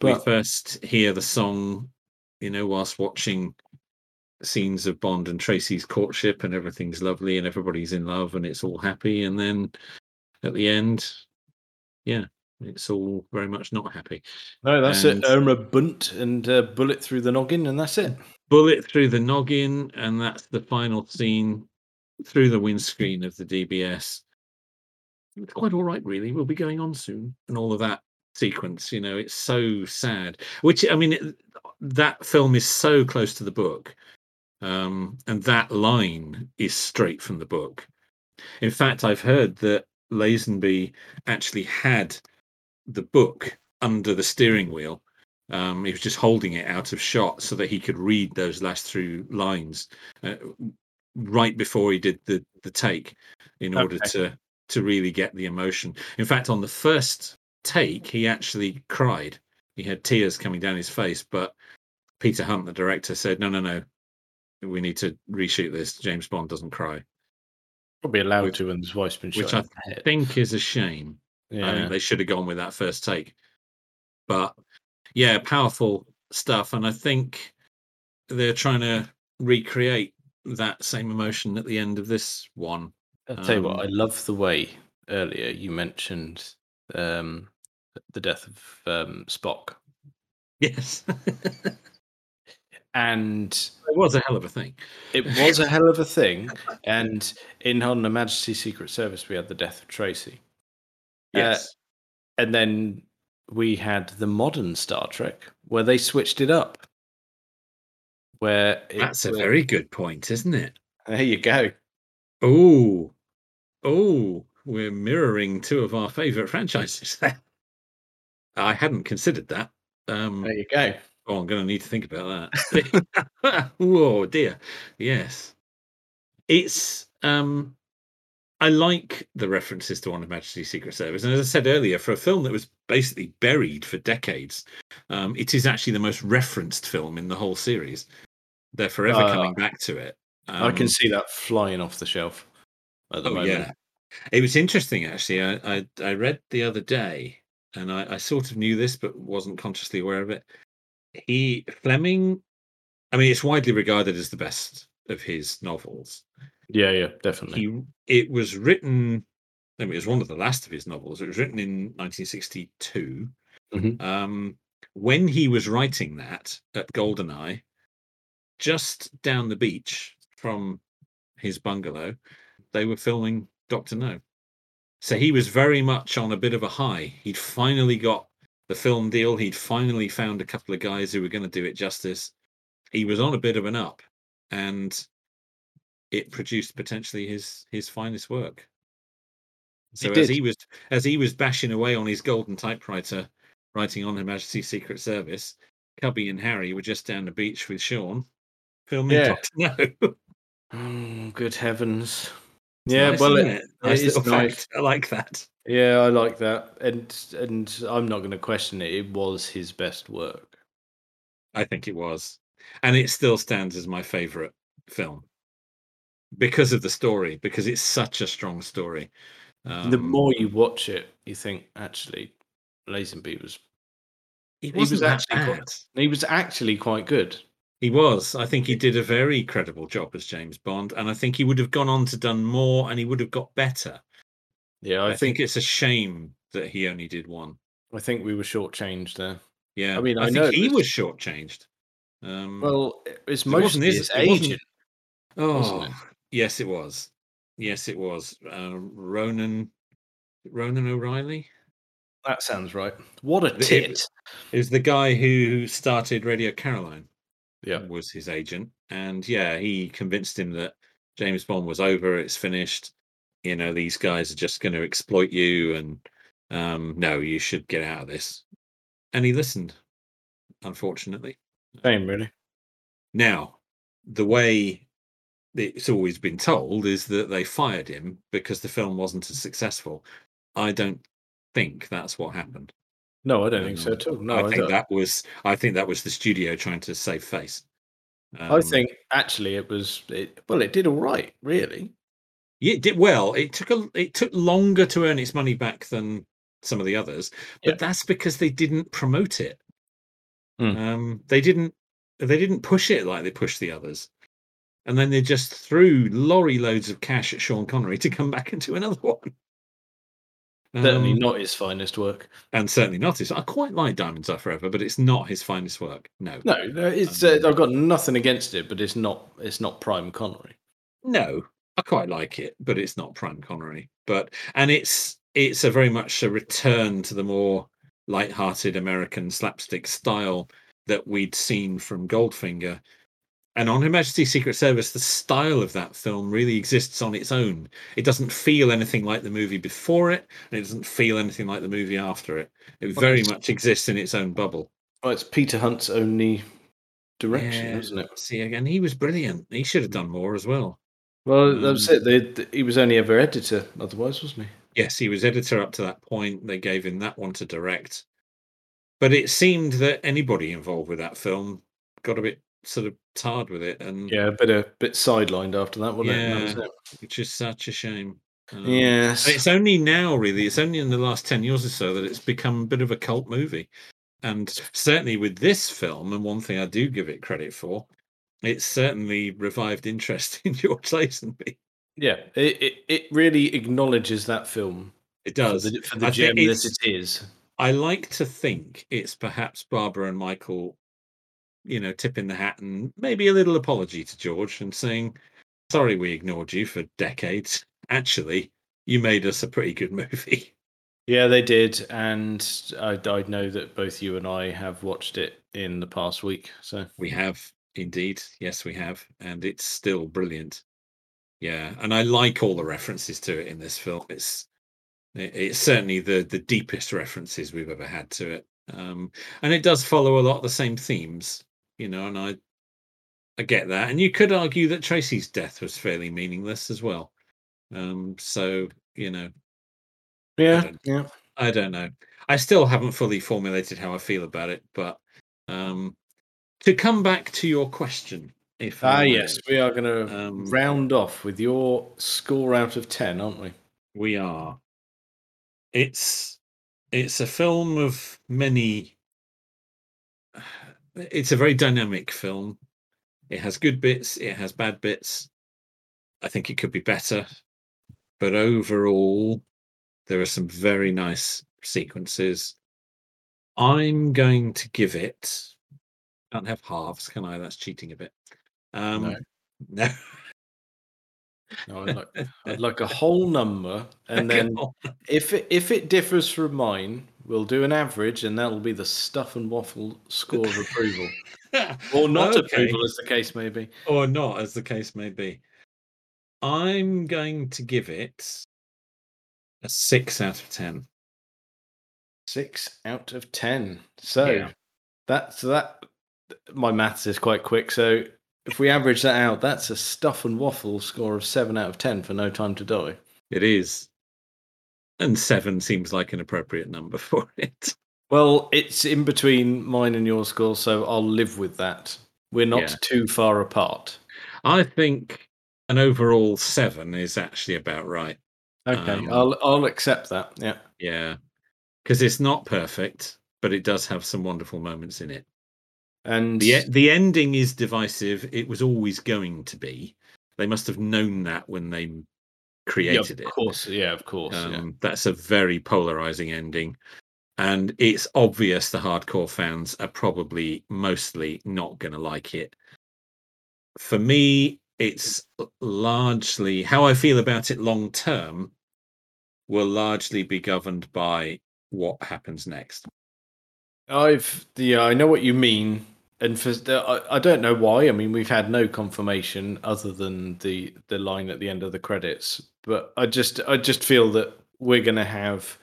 But first hear the song, you know, whilst watching scenes of Bond and Tracy's courtship, and everything's lovely, and everybody's in love, and it's all happy. And then at the end, yeah, it's all very much not happy. no, that's and- it. Irma Bunt and uh, bullet through the noggin, and that's it. bullet through the noggin, and that's the final scene through the windscreen of the DBS. It's quite all right, really. We'll be going on soon, and all of that sequence. You know, it's so sad. Which I mean, it, that film is so close to the book, um, and that line is straight from the book. In fact, I've heard that Lazenby actually had the book under the steering wheel um, he was just holding it out of shot so that he could read those last three lines uh, right before he did the the take in order Okay. to to really get the emotion in fact on the first take he actually cried he had tears coming down his face but peter hunt the director said no no no we need to reshoot this james bond doesn't cry Probably allowed Which- to when his wife's been shot. which in I the head. think is a shame I yeah. think they should have gone with that first take. But yeah, powerful stuff. And I think they're trying to recreate that same emotion at the end of this one. I'll tell you what, I Um, love the way earlier you mentioned um, the death of um, Spock, Yes. it and was a hell of a thing. it was a hell of a thing. And in On Her Majesty's Secret Service, we had the death of Tracy, Uh, Yes. and then we had the modern Star Trek where they switched it up. Where it- That's a where- very good point, isn't it? there you go. Oh, oh, we're mirroring two of our favorite franchises. there. I hadn't considered that. Um, There you go. Oh, I'm going to need to think about that. oh dear, yes. It's um, I like the references to One of Majesty's Secret Service, and as I said earlier, for a film that was basically buried for decades, um, it is actually the most referenced film in the whole series. They're forever Uh, coming back to it. I can Um, see that flying off the shelf at the Oh moment. yeah, it was interesting actually. I I, I read the other day, and I, I sort of knew this, but wasn't consciously aware of it. He Fleming, I mean, it's widely regarded as the best of his novels. Yeah, yeah, definitely. He it was written. I mean, it was one of the last of his novels. It was written in 1962. Mhm. Um, when he was writing that at Goldeneye, just down the beach from his bungalow, they were filming Doctor No. So he was very much on a bit of a high. He'd finally got the film deal. He'd finally found a couple of guys who were going to do it justice. He was on a bit of an up, and it produced potentially his his finest work. So as did. he was as he was bashing away on his golden typewriter, writing on Her Majesty's Secret Service, Cubby and Harry were just down the beach with Sean, filming Yeah. Doctor No. Mm, good heavens. It's yeah, nice, well, isn't it, it? Nice is little nice. fact. I like that. yeah, I like that, and and I'm not going to question it. It was his best work. I think it was, and it still stands as my favorite film because of the story. Because it's such a strong story. Um, the more you watch it, you think actually, Lazenby was it he was wasn't that actually quite- bad. he was actually quite good. He was. I think he did a very credible job as James Bond, and I think he would have gone on to done more, and he would have got better. Yeah, I, I, think, it's a shame that he only did one. I think we were shortchanged there. Yeah, mean, I think know he that- was shortchanged. Um, Well, it- it's It wasn't mostly his- his it wasn't- agent. Oh, wasn't it? yes, it was. Yes, it was. Uh, Ronan, Ronan O'Reilly That sounds right. What a It- it- tit! is the guy who started Radio Caroline. Yeah. was his agent, and yeah, he convinced him that James Bond was over. It's finished. You know, these guys are just going to exploit you, and um, no, you should get out of this. And he listened. Unfortunately. Same, really. Now, the way it's always been told is that they fired him because the film wasn't as successful. I don't think that's what happened. No, I don't think so Um, at all. No, I I think don't. that was I think that was the studio trying to save face. I Um, think actually it was it, well, it did all right, really. yeah, it did well. It took a it took longer to earn its money back than some of the others, but Yeah. that's because they didn't promote it. Mm. Um, they didn't they didn't push it like they pushed the others, and then they just threw lorry loads of cash at Sean Connery to come back and do another one. Certainly Um, not his finest work. and certainly not his. I quite like Diamonds Are Forever, but it's not his finest work. No, No, no, it's uh, Um, I've got nothing against it, but it's not it's not prime Connery. no i quite like it but it's not prime connery but and it's it's a very much a return to the more light-hearted american slapstick style that we'd seen from goldfinger and on her majesty's secret service the style of that film really exists on its own it doesn't feel anything like the movie before it and it doesn't feel anything like the movie after it it Well, very it's- much exists in its own bubble Well, it's Peter Hunt's only direction, Yeah. isn't it? see again he was brilliant he should have done more as well Well, that was it. They, th- he was only ever editor, otherwise, wasn't he? Yes, he was editor up to that point. They gave him that one to direct. But it seemed that anybody involved with that film got a bit sort of tarred with it, and Mm. Yeah, a bit a bit sidelined after that, wasn't it? That was Yeah. it? which is such a shame. Um, Yes. and it's only now, really, it's only in the last 10 years or so that it's become a bit of a cult movie. And certainly with this film, and one thing I do give it credit for, it's certainly revived interest in George Lazenby. yeah, it, it it really acknowledges that film It for does. the, for the I think gem that it's- it is. I like to think it's perhaps Barbara and Michael, you know, tipping the hat and maybe a little apology to George and saying, sorry, we ignored you for decades. Actually, you made us a pretty good movie. Yeah, they did, and I, I know that both you and I have watched it in the past week. So We have indeed. Yes, we have. And it's still brilliant. Yeah. And I like all the references to it in this film. It's it- it's certainly the the deepest references we've ever had to it. Um and it does follow a lot of the same themes, you know, and I I get that. And you could argue that Tracy's death was fairly meaningless as well. Um so, you know, yeah, don't- yeah, I don't know. I still haven't fully formulated how I feel about it, but um, to come back to your question, if I ah, may, yes, we are going to um, round off with your score out of ten, aren't we? we are. It's it's a film of many. It's a very dynamic film. It has good bits. It has bad bits. I think it could be better, but overall, there are some very nice sequences. I'm going to give it. Can't have halves, can I? That's cheating a bit. Um, No. no. No, I'd like, I'd like a whole number, and then if it, if it differs from mine, we'll do an average, and that'll be the stuff and waffle score of approval, or not Okay. approval, as the case may be. or not, as the case may be. I'm going to give it a six out of ten. Six out of ten. So Yeah. that so that my maths is quite quick. So if we average that out, that's a stuff and waffle score of seven out of ten for No Time to Die. It is, and seven seems like an appropriate number for it. Well, it's in between mine and your score, so I'll live with that. We're not Yeah. too far apart. I think an overall seven is actually about right. Okay, Um, I'll I'll accept that. Yeah. Yeah, because it's not perfect, but it does have some wonderful moments in it. And The e- the ending is divisive. It was always going to be. They must have known that when they yeah, created of it. course, yeah, of course. yeah. Um, That's a very polarizing ending. And it's obvious the hardcore fans are probably mostly not going to like it. For me, it's largely how I feel about it long term will largely be governed by what happens next. I've yeah, I know what you mean, and for I, I don't know why. I mean, we've had no confirmation other than the the line at the end of the credits, but I just I just feel that we're gonna have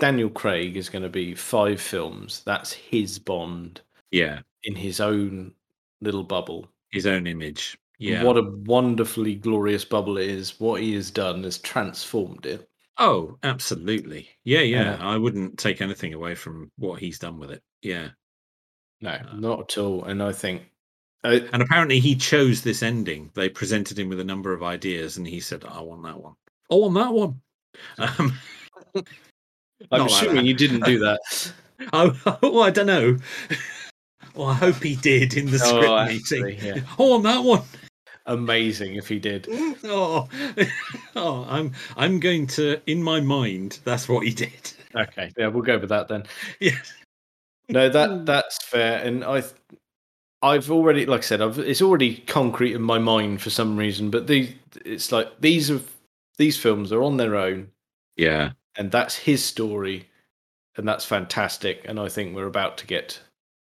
Daniel Craig is gonna be five films. That's his Bond Yeah. in his own little bubble. His own image. Yeah. What a wonderfully glorious bubble it is. What he has done has transformed it. Oh, absolutely. Yeah. Yeah. Uh, I wouldn't take anything away from what he's done with it. Yeah. No, Uh, not at all. And I think uh, I, And apparently he chose this ending. They presented him with a number of ideas and he said, I want that one. I want that one. Um, Not I'm like assuming that. you didn't do that. I, well, I don't know. Well, I hope he did in the script Oh, meeting. actually, yeah. I want that one. Amazing if he did. Oh, oh, I'm I'm going to in my mind. That's what he did. Okay, yeah, we'll go with that then. Yeah. No, that that's fair, and I, th- I've already, like I said, I've it's already concrete in my mind for some reason. But these, it's like these are these films are on their own, Yeah, and that's his story, and that's fantastic. And I think we're about to get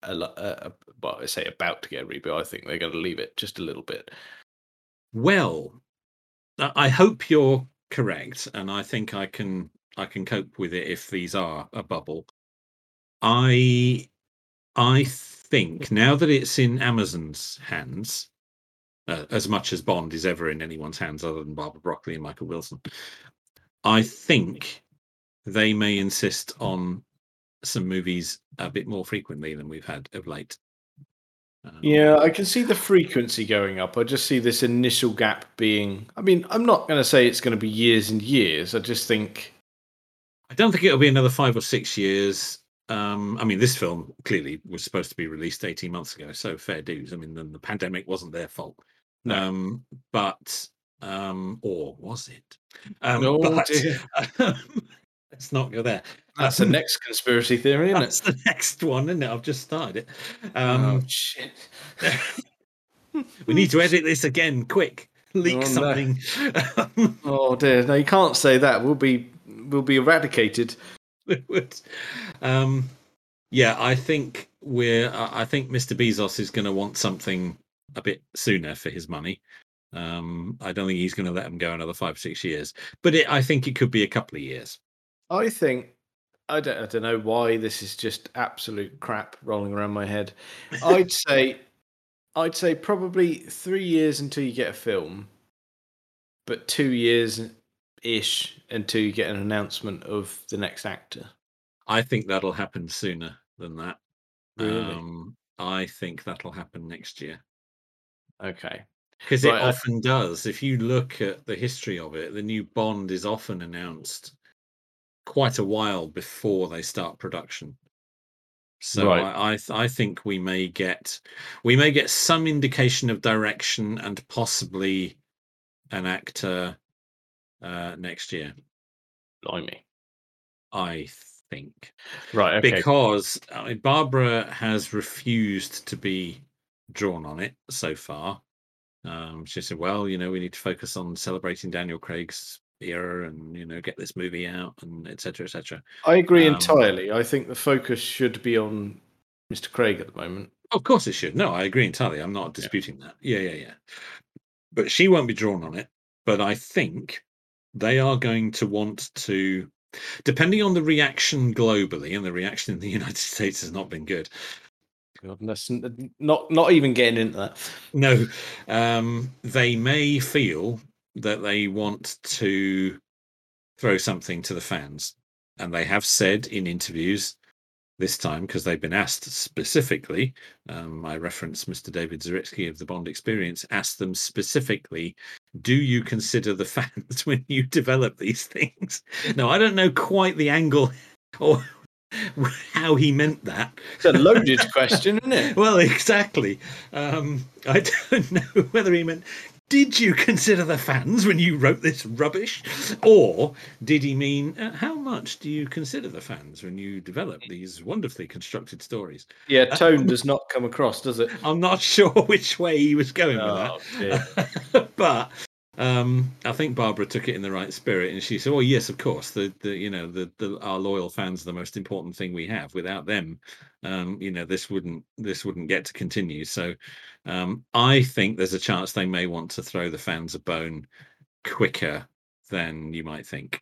a, lo- uh, a, a well, I say about to get a reboot. I think they're going to leave it just a little bit. Well, I I hope you're correct, and I think I can I can cope with it if these are a bubble. I I think now that it's in Amazon's hands, uh, as much as Bond is ever in anyone's hands, other than Barbara Broccoli and Michael Wilson, I think they may insist on some movies a bit more frequently than we've had of late. Um, Yeah, I can see the frequency going up. I just see this initial gap being. I mean, I'm not going to say it's going to be years and years. I just think I don't think it'll be another five or six years. Um, I mean, this film clearly was supposed to be released 18 months ago, so fair dues. I mean, then the pandemic wasn't their fault. No. Um, but, um, or was it? Um, Oh, but- dear. let's not go there. Um, That's the next conspiracy theory, isn't That's it? the next one, isn't it? I've just started it. Um, oh shit! We need to edit this again, quick. Leak Oh, no. something. Oh dear! No, you can't say that. We'll be we'll be eradicated. It would. um, yeah, I think we're. I I think Mr. Bezos is going to want something a bit sooner for his money. Um, I don't think he's going to let him go another five, six years. But it, I think it could be a couple of years. I think I don't I don't know why this is just absolute crap rolling around my head. I'd say I'd say probably 3 years until you get a film but 2 years ish until you get an announcement of the next actor. I think that'll happen sooner than that. Really? Um, I think that'll happen next year. Okay. because Right, it I- often does. If you look at the history of it, the new Bond is often announced quite a while before they start production. So Right. I I, th- I think we may get we may get some indication of direction and possibly an actor uh, next year. Blimey. I think Right, okay. because I mean, Barbara has refused to be drawn on it so far. Um, she said, "Well, you know, we need to focus on celebrating Daniel Craig's era, and you know, get this movie out, and etc., etc." I agree um, entirely. I think the focus should be on Mr. Craig at the moment. Of course, it should. No, I agree entirely. I'm not disputing that. Yeah, yeah, yeah. But she won't be drawn on it. But I think they are going to want to, depending on the reaction globally, and the reaction in the United States has not been good. God, that's n- not not even getting into that. No, um, they may feel that they want to throw something to the fans. And they have said in interviews this time, because they've been asked specifically, um, I reference Mr. David Zaritsky of the Bond Experience, asked them specifically, do you consider the fans when you develop these things? Now, I don't know quite the angle or how he meant that. It's a loaded question, isn't it? Well, exactly. Um, I don't know whether he meant, did you consider the fans when you wrote this rubbish? Or did he mean, uh, how much do you consider the fans when you develop these wonderfully constructed stories? Yeah, tone does not come across, does it? I'm not sure which way he was going Oh, with that. but. Um, I think Barbara took it in the right spirit, and she said, "Oh yes, of course. The, the you know the, the our loyal fans are the most important thing we have. Without them, um, you know this wouldn't this wouldn't get to continue. So um, I think there's a chance they may want to throw the fans a bone quicker than you might think.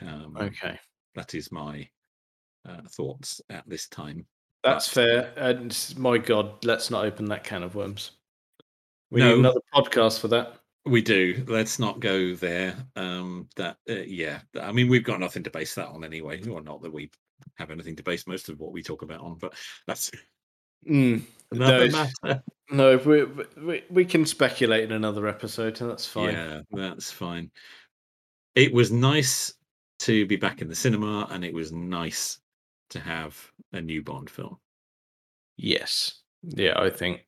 Um, Okay, That is my uh, thoughts at this time. that's But- fair. And s- my God, let's not open that can of worms. We No. need another podcast for that. We do. Let's not go there. Um, that uh, yeah. I mean, we've got nothing to base that on anyway, or not that we have anything to base most of what we talk about on. But that's another Those- matter. No, we, we we can speculate in another episode, and that's fine. Yeah, that's fine. It was nice to be back in the cinema, and it was nice to have a new Bond film. Yes, yeah, I think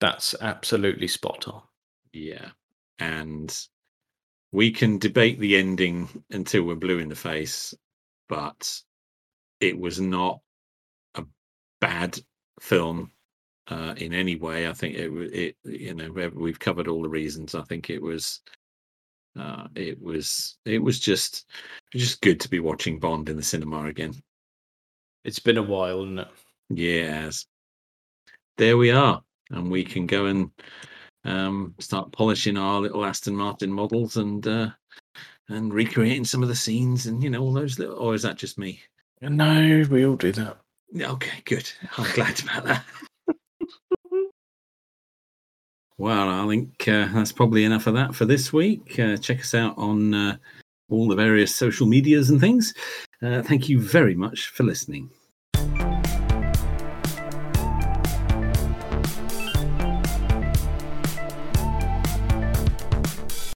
that's absolutely spot on. Yeah, and we can debate the ending until we're blue in the face, but it was not a bad film uh, in any way. I think it, wa- it, you know, we- we've covered all the reasons. I think it was, uh, it was, it was just, just good to be watching Bond in the cinema again. It's been a while, isn't it? Yes. There we are. And we can go and um, start polishing our little Aston Martin models and uh, and recreating some of the scenes and you know all those little or is that just me? No, we all do that. Yeah, Okay, good. I'm glad about that. well, I think uh, that's probably enough of that for this week. Uh, check us out on uh, all the various social medias and things. Uh, thank you very much for listening.